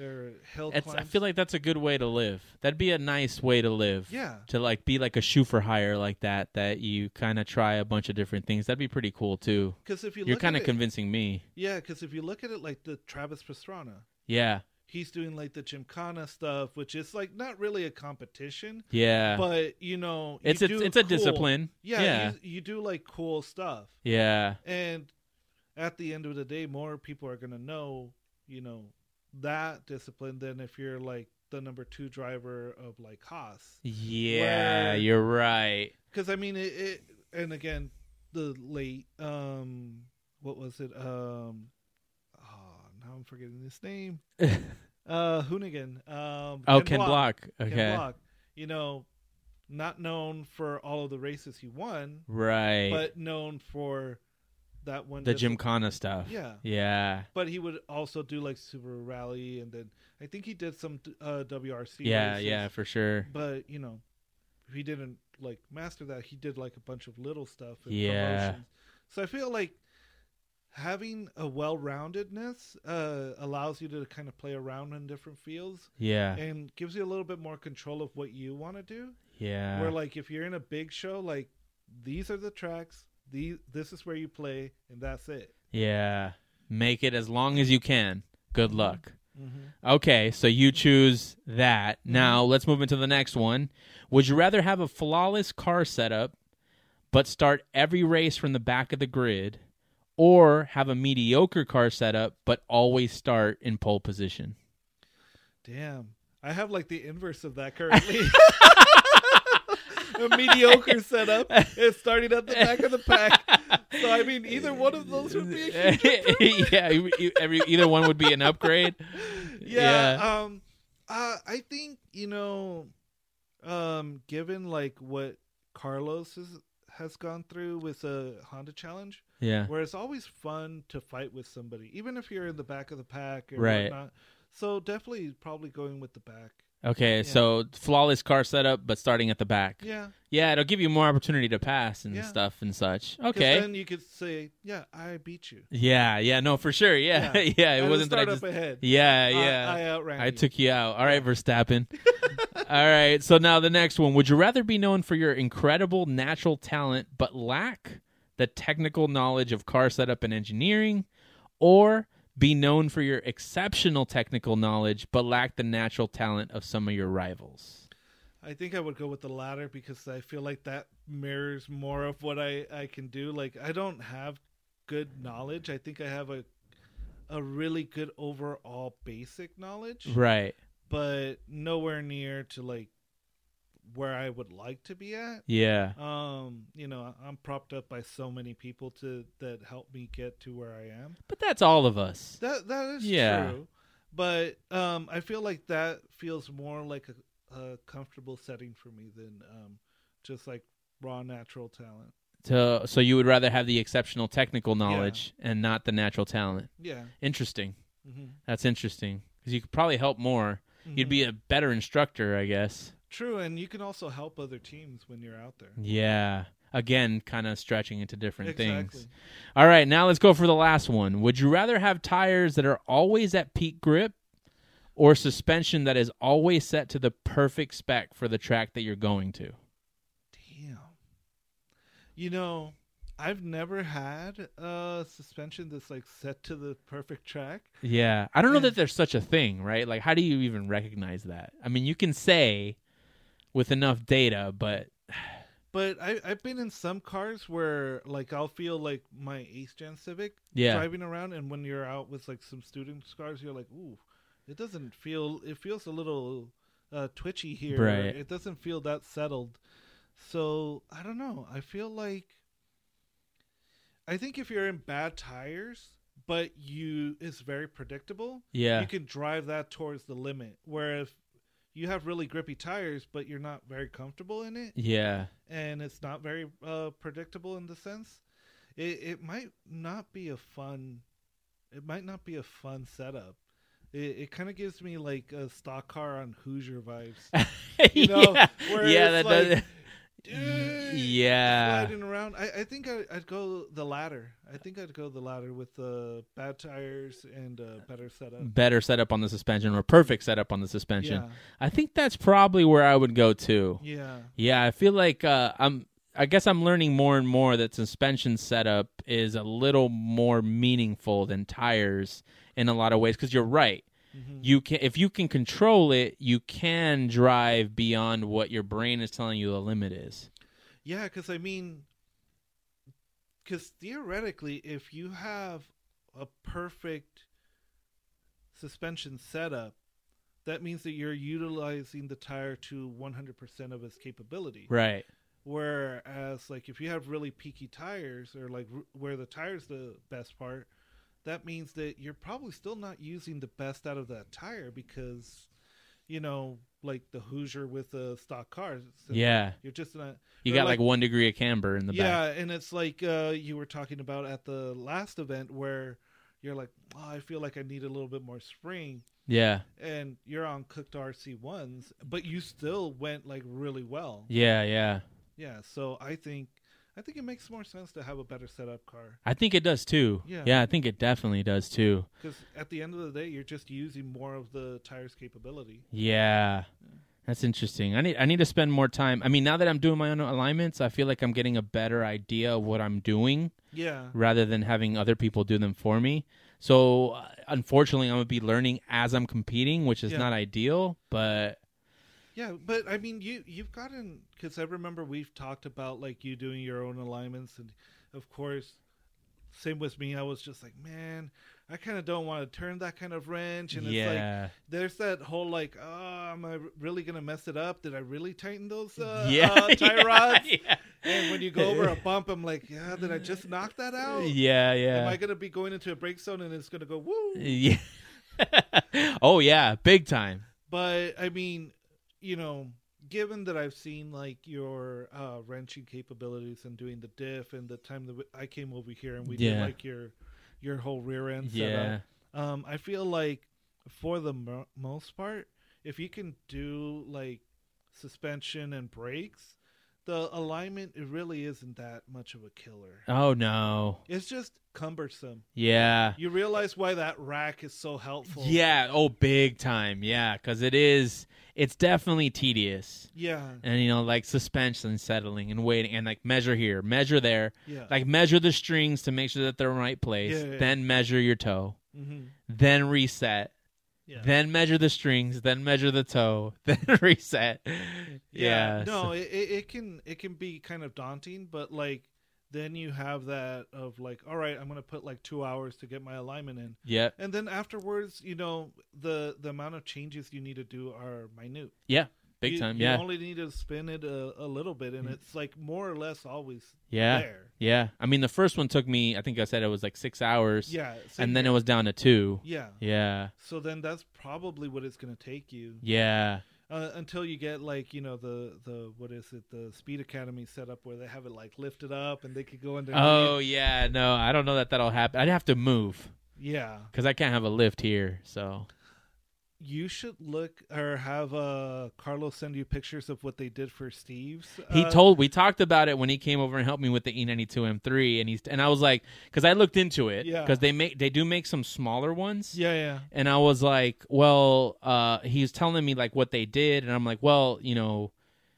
[SPEAKER 3] or hill
[SPEAKER 1] It's, I
[SPEAKER 3] climbs.
[SPEAKER 1] feel like that's a good way to live. That'd be a nice way to live.
[SPEAKER 3] yeah,
[SPEAKER 1] To like be like a shoe for hire like that, that you kind of try a bunch of different things. That'd be pretty cool too.
[SPEAKER 3] because if you
[SPEAKER 1] You're
[SPEAKER 3] look at
[SPEAKER 1] kind of
[SPEAKER 3] it,
[SPEAKER 1] convincing me.
[SPEAKER 3] yeah, because if you look at it like the Travis Pastrana,
[SPEAKER 1] Yeah.
[SPEAKER 3] he's doing like the Gymkhana stuff, which is like not really a competition,
[SPEAKER 1] Yeah.
[SPEAKER 3] but you know, you
[SPEAKER 1] it's a,
[SPEAKER 3] do
[SPEAKER 1] it's a
[SPEAKER 3] cool-
[SPEAKER 1] discipline.
[SPEAKER 3] Yeah,
[SPEAKER 1] Yeah.
[SPEAKER 3] You, you do like cool stuff.
[SPEAKER 1] yeah.
[SPEAKER 3] And at the end of the day, more people are going to know, you know, that discipline than if you're like the number two driver of like Haas.
[SPEAKER 1] Yeah,
[SPEAKER 3] Where-
[SPEAKER 1] you're right.
[SPEAKER 3] Because I mean, it, it, and again, the late, um, what was it? Um, oh, now I'm forgetting his name. Uh, Hoonigan. Um,
[SPEAKER 1] oh, Ken Block.
[SPEAKER 3] Ken
[SPEAKER 1] Okay.
[SPEAKER 3] Block. You know, not known for all of the races he won,
[SPEAKER 1] Right.
[SPEAKER 3] but known for that one
[SPEAKER 1] the
[SPEAKER 3] discipline.
[SPEAKER 1] Gymkhana stuff.
[SPEAKER 3] Yeah.
[SPEAKER 1] Yeah.
[SPEAKER 3] but he would also do like Super Rally, and then I think he did some uh, WRC.
[SPEAKER 1] Yeah,
[SPEAKER 3] races.
[SPEAKER 1] yeah, for sure.
[SPEAKER 3] But you know, he didn't like master that. He did like a bunch of little stuff. And
[SPEAKER 1] Yeah.
[SPEAKER 3] Promotions. So I feel like having a well-roundedness uh, allows you to kind of play around in different fields
[SPEAKER 1] Yeah.
[SPEAKER 3] and gives you a little bit more control of what you want to do.
[SPEAKER 1] Yeah.
[SPEAKER 3] Where like if you're in a big show, like these are the tracks. These, this is where you play, and that's it.
[SPEAKER 1] Yeah. Make it as long as you can. Good luck.
[SPEAKER 3] Mm-hmm.
[SPEAKER 1] Okay, so you choose that. Now let's move into the next one. Would you rather have a flawless car setup, but start every race from the back of the grid, or have a mediocre car setup, but always start in pole position?
[SPEAKER 3] Damn. I have like the inverse of that currently. a mediocre setup is starting at the back of the pack. So I mean either one of those would be a huge
[SPEAKER 1] yeah, you- you- every, either one would be an upgrade.
[SPEAKER 3] yeah, um uh, I think, you know, um given like what Carlos is, has gone through with a Honda challenge,
[SPEAKER 1] yeah,
[SPEAKER 3] where it's always fun to fight with somebody, even if you're in the back of the pack or
[SPEAKER 1] Right.
[SPEAKER 3] whatnot. So definitely probably going with the back.
[SPEAKER 1] yeah. Okay,
[SPEAKER 3] yeah.
[SPEAKER 1] so flawless car setup, but starting at the back.
[SPEAKER 3] Yeah.
[SPEAKER 1] Yeah, it'll give you more opportunity to pass and
[SPEAKER 3] Yeah.
[SPEAKER 1] stuff and such.
[SPEAKER 3] 'Cause
[SPEAKER 1] Okay.
[SPEAKER 3] Then you could say, Yeah, I beat you.
[SPEAKER 1] Yeah, yeah, no, for sure. Yeah, yeah.
[SPEAKER 3] Yeah.
[SPEAKER 1] it
[SPEAKER 3] I
[SPEAKER 1] wasn't that I
[SPEAKER 3] start
[SPEAKER 1] just.
[SPEAKER 3] up ahead.
[SPEAKER 1] Yeah,
[SPEAKER 3] I-
[SPEAKER 1] yeah.
[SPEAKER 3] I, outran.
[SPEAKER 1] I,
[SPEAKER 3] you.
[SPEAKER 1] took you out. All right, Verstappen. All right. So now the next one. Would you rather be known for your incredible natural talent but lack the technical knowledge of car setup and engineering, or be known for your exceptional technical knowledge but lack the natural talent of some of your rivals?
[SPEAKER 3] I think I would go with the latter because I feel like that mirrors more of what I I can do. Like I don't have good knowledge. I think I have a a really good overall basic knowledge,
[SPEAKER 1] Right.
[SPEAKER 3] but nowhere near to like where I would like to be at.
[SPEAKER 1] Yeah.
[SPEAKER 3] Um, you know, I'm propped up by so many people to that help me get to where I am.
[SPEAKER 1] But that's all of us.
[SPEAKER 3] That that is
[SPEAKER 1] Yeah.
[SPEAKER 3] true. But um, I feel like that feels more like a, a comfortable setting for me than um, just like raw natural talent.
[SPEAKER 1] So, so you would rather have the exceptional technical knowledge and not the natural talent.
[SPEAKER 3] Yeah.
[SPEAKER 1] Interesting.
[SPEAKER 3] hmm
[SPEAKER 1] That's interesting because you could probably help more. You'd be a better instructor, I guess.
[SPEAKER 3] true, and you can also help other teams when you're out there.
[SPEAKER 1] Yeah. Again, kind of stretching into different
[SPEAKER 3] Exactly.
[SPEAKER 1] things. All right, now let's go for the last one. Would you rather have tires that are always at peak grip or suspension that is always set to the perfect spec for the track that you're going to?
[SPEAKER 3] Damn. You know, I've never had a suspension that's like set to the perfect track.
[SPEAKER 1] Yeah. I don't know
[SPEAKER 3] Yeah.
[SPEAKER 1] that there's such a thing, right? Like, how do you even recognize that? I mean, you can say with enough data, but
[SPEAKER 3] But I, I've been in some cars where like I'll feel like my Ace Gen Civic
[SPEAKER 1] Yeah.
[SPEAKER 3] driving around, and when you're out with like some students' cars, you're like, ooh, it doesn't feel. It feels a little uh, twitchy here.
[SPEAKER 1] Right.
[SPEAKER 3] It doesn't feel that settled. So I don't know. I feel like I think if you're in bad tires, but you it's very predictable
[SPEAKER 1] Yeah.
[SPEAKER 3] you can drive that towards the limit. Where if you have really grippy tires, but you're not very comfortable in it,
[SPEAKER 1] yeah.
[SPEAKER 3] and it's not very uh, predictable in the sense, it, it might not be a fun. It might not be a fun setup. It, it kind of gives me like a stock car on Hoosier vibes. You know,
[SPEAKER 1] yeah.
[SPEAKER 3] where
[SPEAKER 1] Yeah,
[SPEAKER 3] it's
[SPEAKER 1] that
[SPEAKER 3] like,
[SPEAKER 1] does. Mm,
[SPEAKER 3] "Dude,
[SPEAKER 1] Yeah.
[SPEAKER 3] sliding around. I, I think I, I'd go the latter. I think I'd go the latter with the bad tires and uh, better setup.
[SPEAKER 1] Better setup on the suspension or perfect setup on the suspension.
[SPEAKER 3] Yeah,
[SPEAKER 1] I think that's probably where I would go to.
[SPEAKER 3] yeah.
[SPEAKER 1] Yeah, I feel like uh, I'm. I guess I'm learning more and more that suspension setup is a little more meaningful than tires in a lot of ways. Because you're right.
[SPEAKER 3] Mhm.
[SPEAKER 1] You can if you can control it, you can drive beyond what your brain is telling you the limit is.
[SPEAKER 3] Yeah, because I mean, because theoretically, if you have a perfect suspension setup, that means that you're utilizing the tire to 100% of its capability.
[SPEAKER 1] Right.
[SPEAKER 3] Whereas, like, if you have really peaky tires, or like r- where the tire's the best part, that means that you're probably still not using the best out of that tire because, you know, like the Hoosier with the stock cars.
[SPEAKER 1] Yeah.
[SPEAKER 3] You're just not.
[SPEAKER 1] You
[SPEAKER 3] or,
[SPEAKER 1] got
[SPEAKER 3] like-
[SPEAKER 1] like, one degree of camber in the
[SPEAKER 3] yeah
[SPEAKER 1] back.
[SPEAKER 3] and it's like uh, you were talking about at the last event where you're like oh, i feel like i need a little bit more spring
[SPEAKER 1] Yeah.
[SPEAKER 3] and you're on cooked rc1s but you still went like really well
[SPEAKER 1] Yeah. Yeah.
[SPEAKER 3] yeah so i think i think it makes more sense to have a better setup car
[SPEAKER 1] I think it does too.
[SPEAKER 3] Yeah.
[SPEAKER 1] I think it definitely does too.
[SPEAKER 3] because at the end of the day you're just using more of the tire's capability
[SPEAKER 1] Yeah. That's interesting. I need I need to spend more time. I mean, now that I'm doing my own alignments, I feel like I'm getting a better idea of what I'm doing
[SPEAKER 3] yeah
[SPEAKER 1] rather than having other people do them for me. So, uh, unfortunately, I'm going to be learning as I'm competing, which is
[SPEAKER 3] Yeah.
[SPEAKER 1] not ideal, but
[SPEAKER 3] Yeah, but I mean, you you've gotten because I remember we've talked about like you doing your own alignments, and of course, same with me. I was just like, man, I kind of don't want to turn that kind of wrench, and it's like
[SPEAKER 1] yeah.
[SPEAKER 3] there's that whole like, oh, am I really gonna mess it up? Did I really tighten those uh,
[SPEAKER 1] yeah.
[SPEAKER 3] uh, tie
[SPEAKER 1] yeah,
[SPEAKER 3] rods?
[SPEAKER 1] Yeah.
[SPEAKER 3] And when you go over a bump, I'm like, yeah, did I just knock that out?
[SPEAKER 1] Yeah,
[SPEAKER 3] Am
[SPEAKER 1] yeah.
[SPEAKER 3] I gonna be going into a brake zone and it's gonna go woo?
[SPEAKER 1] yeah. oh yeah, big time.
[SPEAKER 3] But I mean, you know, given that I've seen like your uh, wrenching capabilities and doing the diff, and the time that I came over here and we did
[SPEAKER 1] Yeah.
[SPEAKER 3] like your your whole rear end
[SPEAKER 1] Yeah.
[SPEAKER 3] setup, um, I feel like for the mo- most part, if you can do like suspension and brakes, the alignment it really isn't that much of a killer.
[SPEAKER 1] Oh no.
[SPEAKER 3] It's just cumbersome.
[SPEAKER 1] Yeah.
[SPEAKER 3] You realize why that rack is so helpful.
[SPEAKER 1] Yeah, oh big time. Yeah, cuz it is it's definitely tedious.
[SPEAKER 3] Yeah.
[SPEAKER 1] And you know, like suspension settling and waiting and like measure here, measure there,
[SPEAKER 3] Yeah.
[SPEAKER 1] like measure the strings to make sure that they're in the right place,
[SPEAKER 3] Yeah, yeah, yeah.
[SPEAKER 1] then measure your toe,
[SPEAKER 3] mm-hmm.
[SPEAKER 1] then reset,
[SPEAKER 3] Yeah.
[SPEAKER 1] then measure the strings, then measure the toe, then reset. Yeah. so-
[SPEAKER 3] no it, it it can it can be kind of daunting but like then you have that of like all right i'm gonna put like two hours to get my alignment in
[SPEAKER 1] Yep.
[SPEAKER 3] and then afterwards you know the the amount of changes you need to do are minute
[SPEAKER 1] Yeah. Big
[SPEAKER 3] You-
[SPEAKER 1] time.
[SPEAKER 3] you
[SPEAKER 1] Yeah. Mm-hmm.
[SPEAKER 3] only need to spin it a, a little bit and it's like more or less always
[SPEAKER 1] Yeah.
[SPEAKER 3] there
[SPEAKER 1] Yeah. I mean, the first one took me, I think I said it was like six hours.
[SPEAKER 3] yeah so
[SPEAKER 1] And then it
[SPEAKER 3] you-
[SPEAKER 1] was down to two.
[SPEAKER 3] yeah
[SPEAKER 1] Yeah.
[SPEAKER 3] so then that's probably what it's gonna take you
[SPEAKER 1] Yeah.
[SPEAKER 3] uh, until you get like you know the the what is it the speed academy setup where they have it like lifted up and they could go under
[SPEAKER 1] Oh, yeah. No, I don't know that that'll happen. I'd have to move
[SPEAKER 3] yeah
[SPEAKER 1] because I can't have a lift here. So,
[SPEAKER 3] You should look or have uh, Carlos send you pictures of what they did for Steve's.
[SPEAKER 1] he
[SPEAKER 3] uh,
[SPEAKER 1] told, we talked about it when he came over and helped me with the E E92 M3. And he's, and I was like, because I looked into it
[SPEAKER 3] Yeah.
[SPEAKER 1] because they make, they do make some smaller ones.
[SPEAKER 3] Yeah, yeah,
[SPEAKER 1] and I was like, well, uh, he was telling me like what they did, and I'm like, well, you know,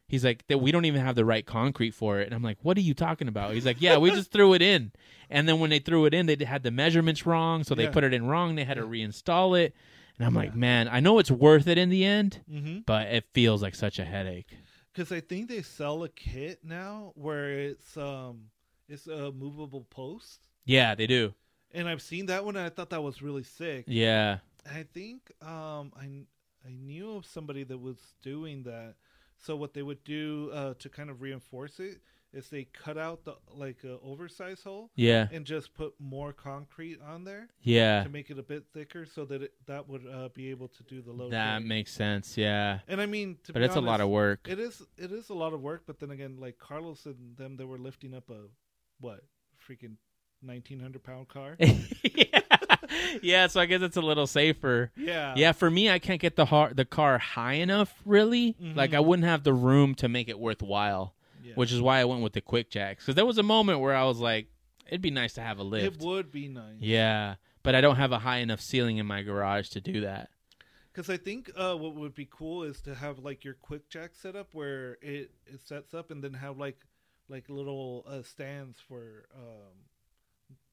[SPEAKER 1] he's like that we don't even have the right concrete for it, and I'm like, what are you talking about? He's like, yeah, we just threw it in, and then when they threw it in, they had the measurements wrong, so they
[SPEAKER 3] Yeah.
[SPEAKER 1] put it in wrong, they had to reinstall it, and I'm like, man, I know it's worth it in the end,
[SPEAKER 3] mm-hmm.
[SPEAKER 1] but it feels like such a headache.
[SPEAKER 3] because I think they sell a kit now where it's um it's a movable post,
[SPEAKER 1] Yeah, they do.
[SPEAKER 3] and I've seen that one. and I thought that was really sick.
[SPEAKER 1] Yeah.
[SPEAKER 3] I think um, I kn- I knew of somebody that was doing that. So what they would do uh, to kind of reinforce it is they cut out the like uh, oversized hole
[SPEAKER 1] Yeah.
[SPEAKER 3] and just put more concrete on there
[SPEAKER 1] Yeah.
[SPEAKER 3] to make it a bit thicker, so that it, that would uh, be able to do the load.
[SPEAKER 1] That
[SPEAKER 3] carry.
[SPEAKER 1] makes sense. Yeah.
[SPEAKER 3] and I mean, to
[SPEAKER 1] But
[SPEAKER 3] be
[SPEAKER 1] it's a lot
[SPEAKER 3] honest,
[SPEAKER 1] of work.
[SPEAKER 3] It is it is a lot of work, but then again, like Carlos and them, they were lifting up a what freaking nineteen hundred pound car.
[SPEAKER 1] yeah. yeah, so I guess it's a little safer.
[SPEAKER 3] yeah,
[SPEAKER 1] Yeah, for me, I can't get the har- the car high enough. Really, like
[SPEAKER 3] Mhm.
[SPEAKER 1] I wouldn't have the room to make it worthwhile,
[SPEAKER 3] yeah.
[SPEAKER 1] which is why I went with the quick jacks. Because there was a moment where I was like, it'd be nice to have a lift.
[SPEAKER 3] it would be nice.
[SPEAKER 1] Yeah, but I don't have a high enough ceiling in my garage to do that.
[SPEAKER 3] Because I think uh, what would be cool is to have like your quick jack setup where it, it sets up and then have like like little uh, stands for um,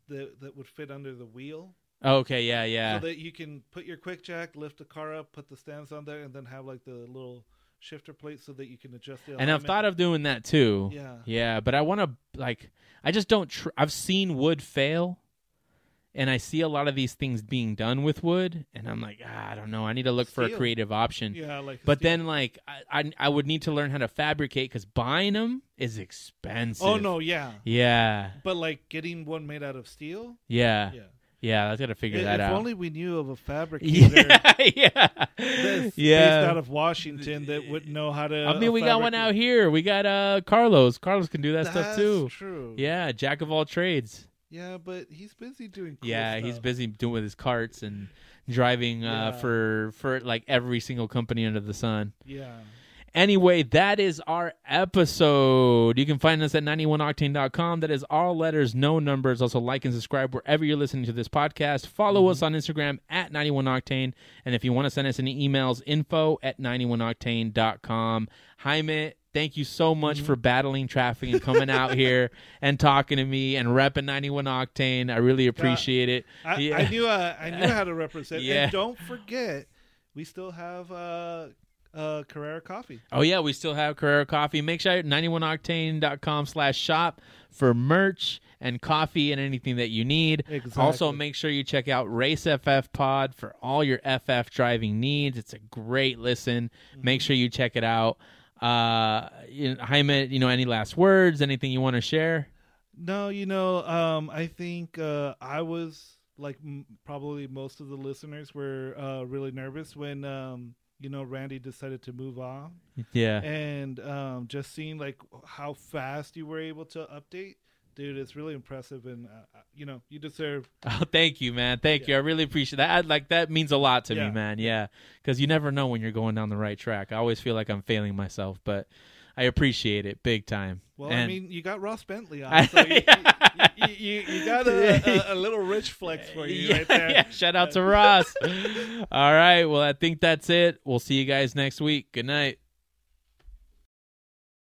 [SPEAKER 3] that that would fit under the wheel
[SPEAKER 1] Oh, Okay, yeah, yeah,
[SPEAKER 3] so that you can put your quick jack, lift the car up, put the stands on there, and then have like the little shifter plate so that you can adjust the.
[SPEAKER 1] and I've
[SPEAKER 3] alignment.
[SPEAKER 1] thought of doing that too.
[SPEAKER 3] yeah,
[SPEAKER 1] Yeah, but I want to like I just don't tr- I've seen wood fail and I see a lot of these things being done with wood and I'm like, ah, I don't know. I need to look for a
[SPEAKER 3] Steel.
[SPEAKER 1] creative option.
[SPEAKER 3] yeah, like.
[SPEAKER 1] But
[SPEAKER 3] steel-
[SPEAKER 1] then like I, I I would need to learn how to fabricate cuz buying them is expensive.
[SPEAKER 3] oh no, yeah,
[SPEAKER 1] Yeah.
[SPEAKER 3] but like getting one made out of steel,
[SPEAKER 1] Yeah.
[SPEAKER 3] yeah.
[SPEAKER 1] Yeah, I got to figure
[SPEAKER 3] if
[SPEAKER 1] that
[SPEAKER 3] if
[SPEAKER 1] out.
[SPEAKER 3] only we knew of a fabricator.
[SPEAKER 1] yeah. yeah.
[SPEAKER 3] that's
[SPEAKER 1] yeah.
[SPEAKER 3] based out of uh, Washington that would know how to.
[SPEAKER 1] I mean, we got one out here. We got uh Carlos. Carlos can do that stuff too.
[SPEAKER 3] True.
[SPEAKER 1] Yeah, jack of all trades.
[SPEAKER 3] Yeah, but he's busy doing. Cool
[SPEAKER 1] yeah he's
[SPEAKER 3] stuff.
[SPEAKER 1] busy doing with his carts and driving uh,
[SPEAKER 3] Yeah.
[SPEAKER 1] for for like every single company under the sun
[SPEAKER 3] Yeah.
[SPEAKER 1] anyway that is our episode you can find us at 91octane.com that is all letters no numbers also like and subscribe wherever you're listening to this podcast follow us on instagram at 91octane and if you want to send us any emails info at 91octane.com Jaime, thank you so much for battling traffic and coming out here and talking to me and repping 91 octane i really appreciate it
[SPEAKER 3] I,
[SPEAKER 1] Yeah.
[SPEAKER 3] I knew. Uh, I knew how to represent.
[SPEAKER 1] Yeah.
[SPEAKER 3] And don't forget, we still have uh, uh, Carrera Coffee.
[SPEAKER 1] Oh yeah, we still have Carrera Coffee. Make sure 91octane.com slash shop for merch and coffee and anything that you need.
[SPEAKER 3] Exactly.
[SPEAKER 1] Also make sure you check out Race FF Pod for all your FF driving needs. It's a great listen. Make sure you check it out. Uh you know, Jaime, you know, any last words, anything you want to share?
[SPEAKER 3] No, you know, um, I think uh, I was like m- probably most of the listeners were uh, really nervous when um, you know Randy decided to move on.
[SPEAKER 1] Yeah.
[SPEAKER 3] and um, just seeing like how fast you were able to update dude it's really impressive and uh, you know you deserve
[SPEAKER 1] Oh, thank you, man. Thank you. I really appreciate that. I, like that means a lot to me,
[SPEAKER 3] Yeah.
[SPEAKER 1] man. Yeah, because you never know when you're going down the right track. I always feel like I'm failing myself, but I appreciate it big time.
[SPEAKER 3] well i
[SPEAKER 1] And-
[SPEAKER 3] mean you got ross bentley on so you, you, you, you got a, a, a little rich flex for you
[SPEAKER 1] yeah,
[SPEAKER 3] right there
[SPEAKER 1] yeah. Shout out to Ross. All right. Well, I think that's it. We'll see you guys next week. Good night.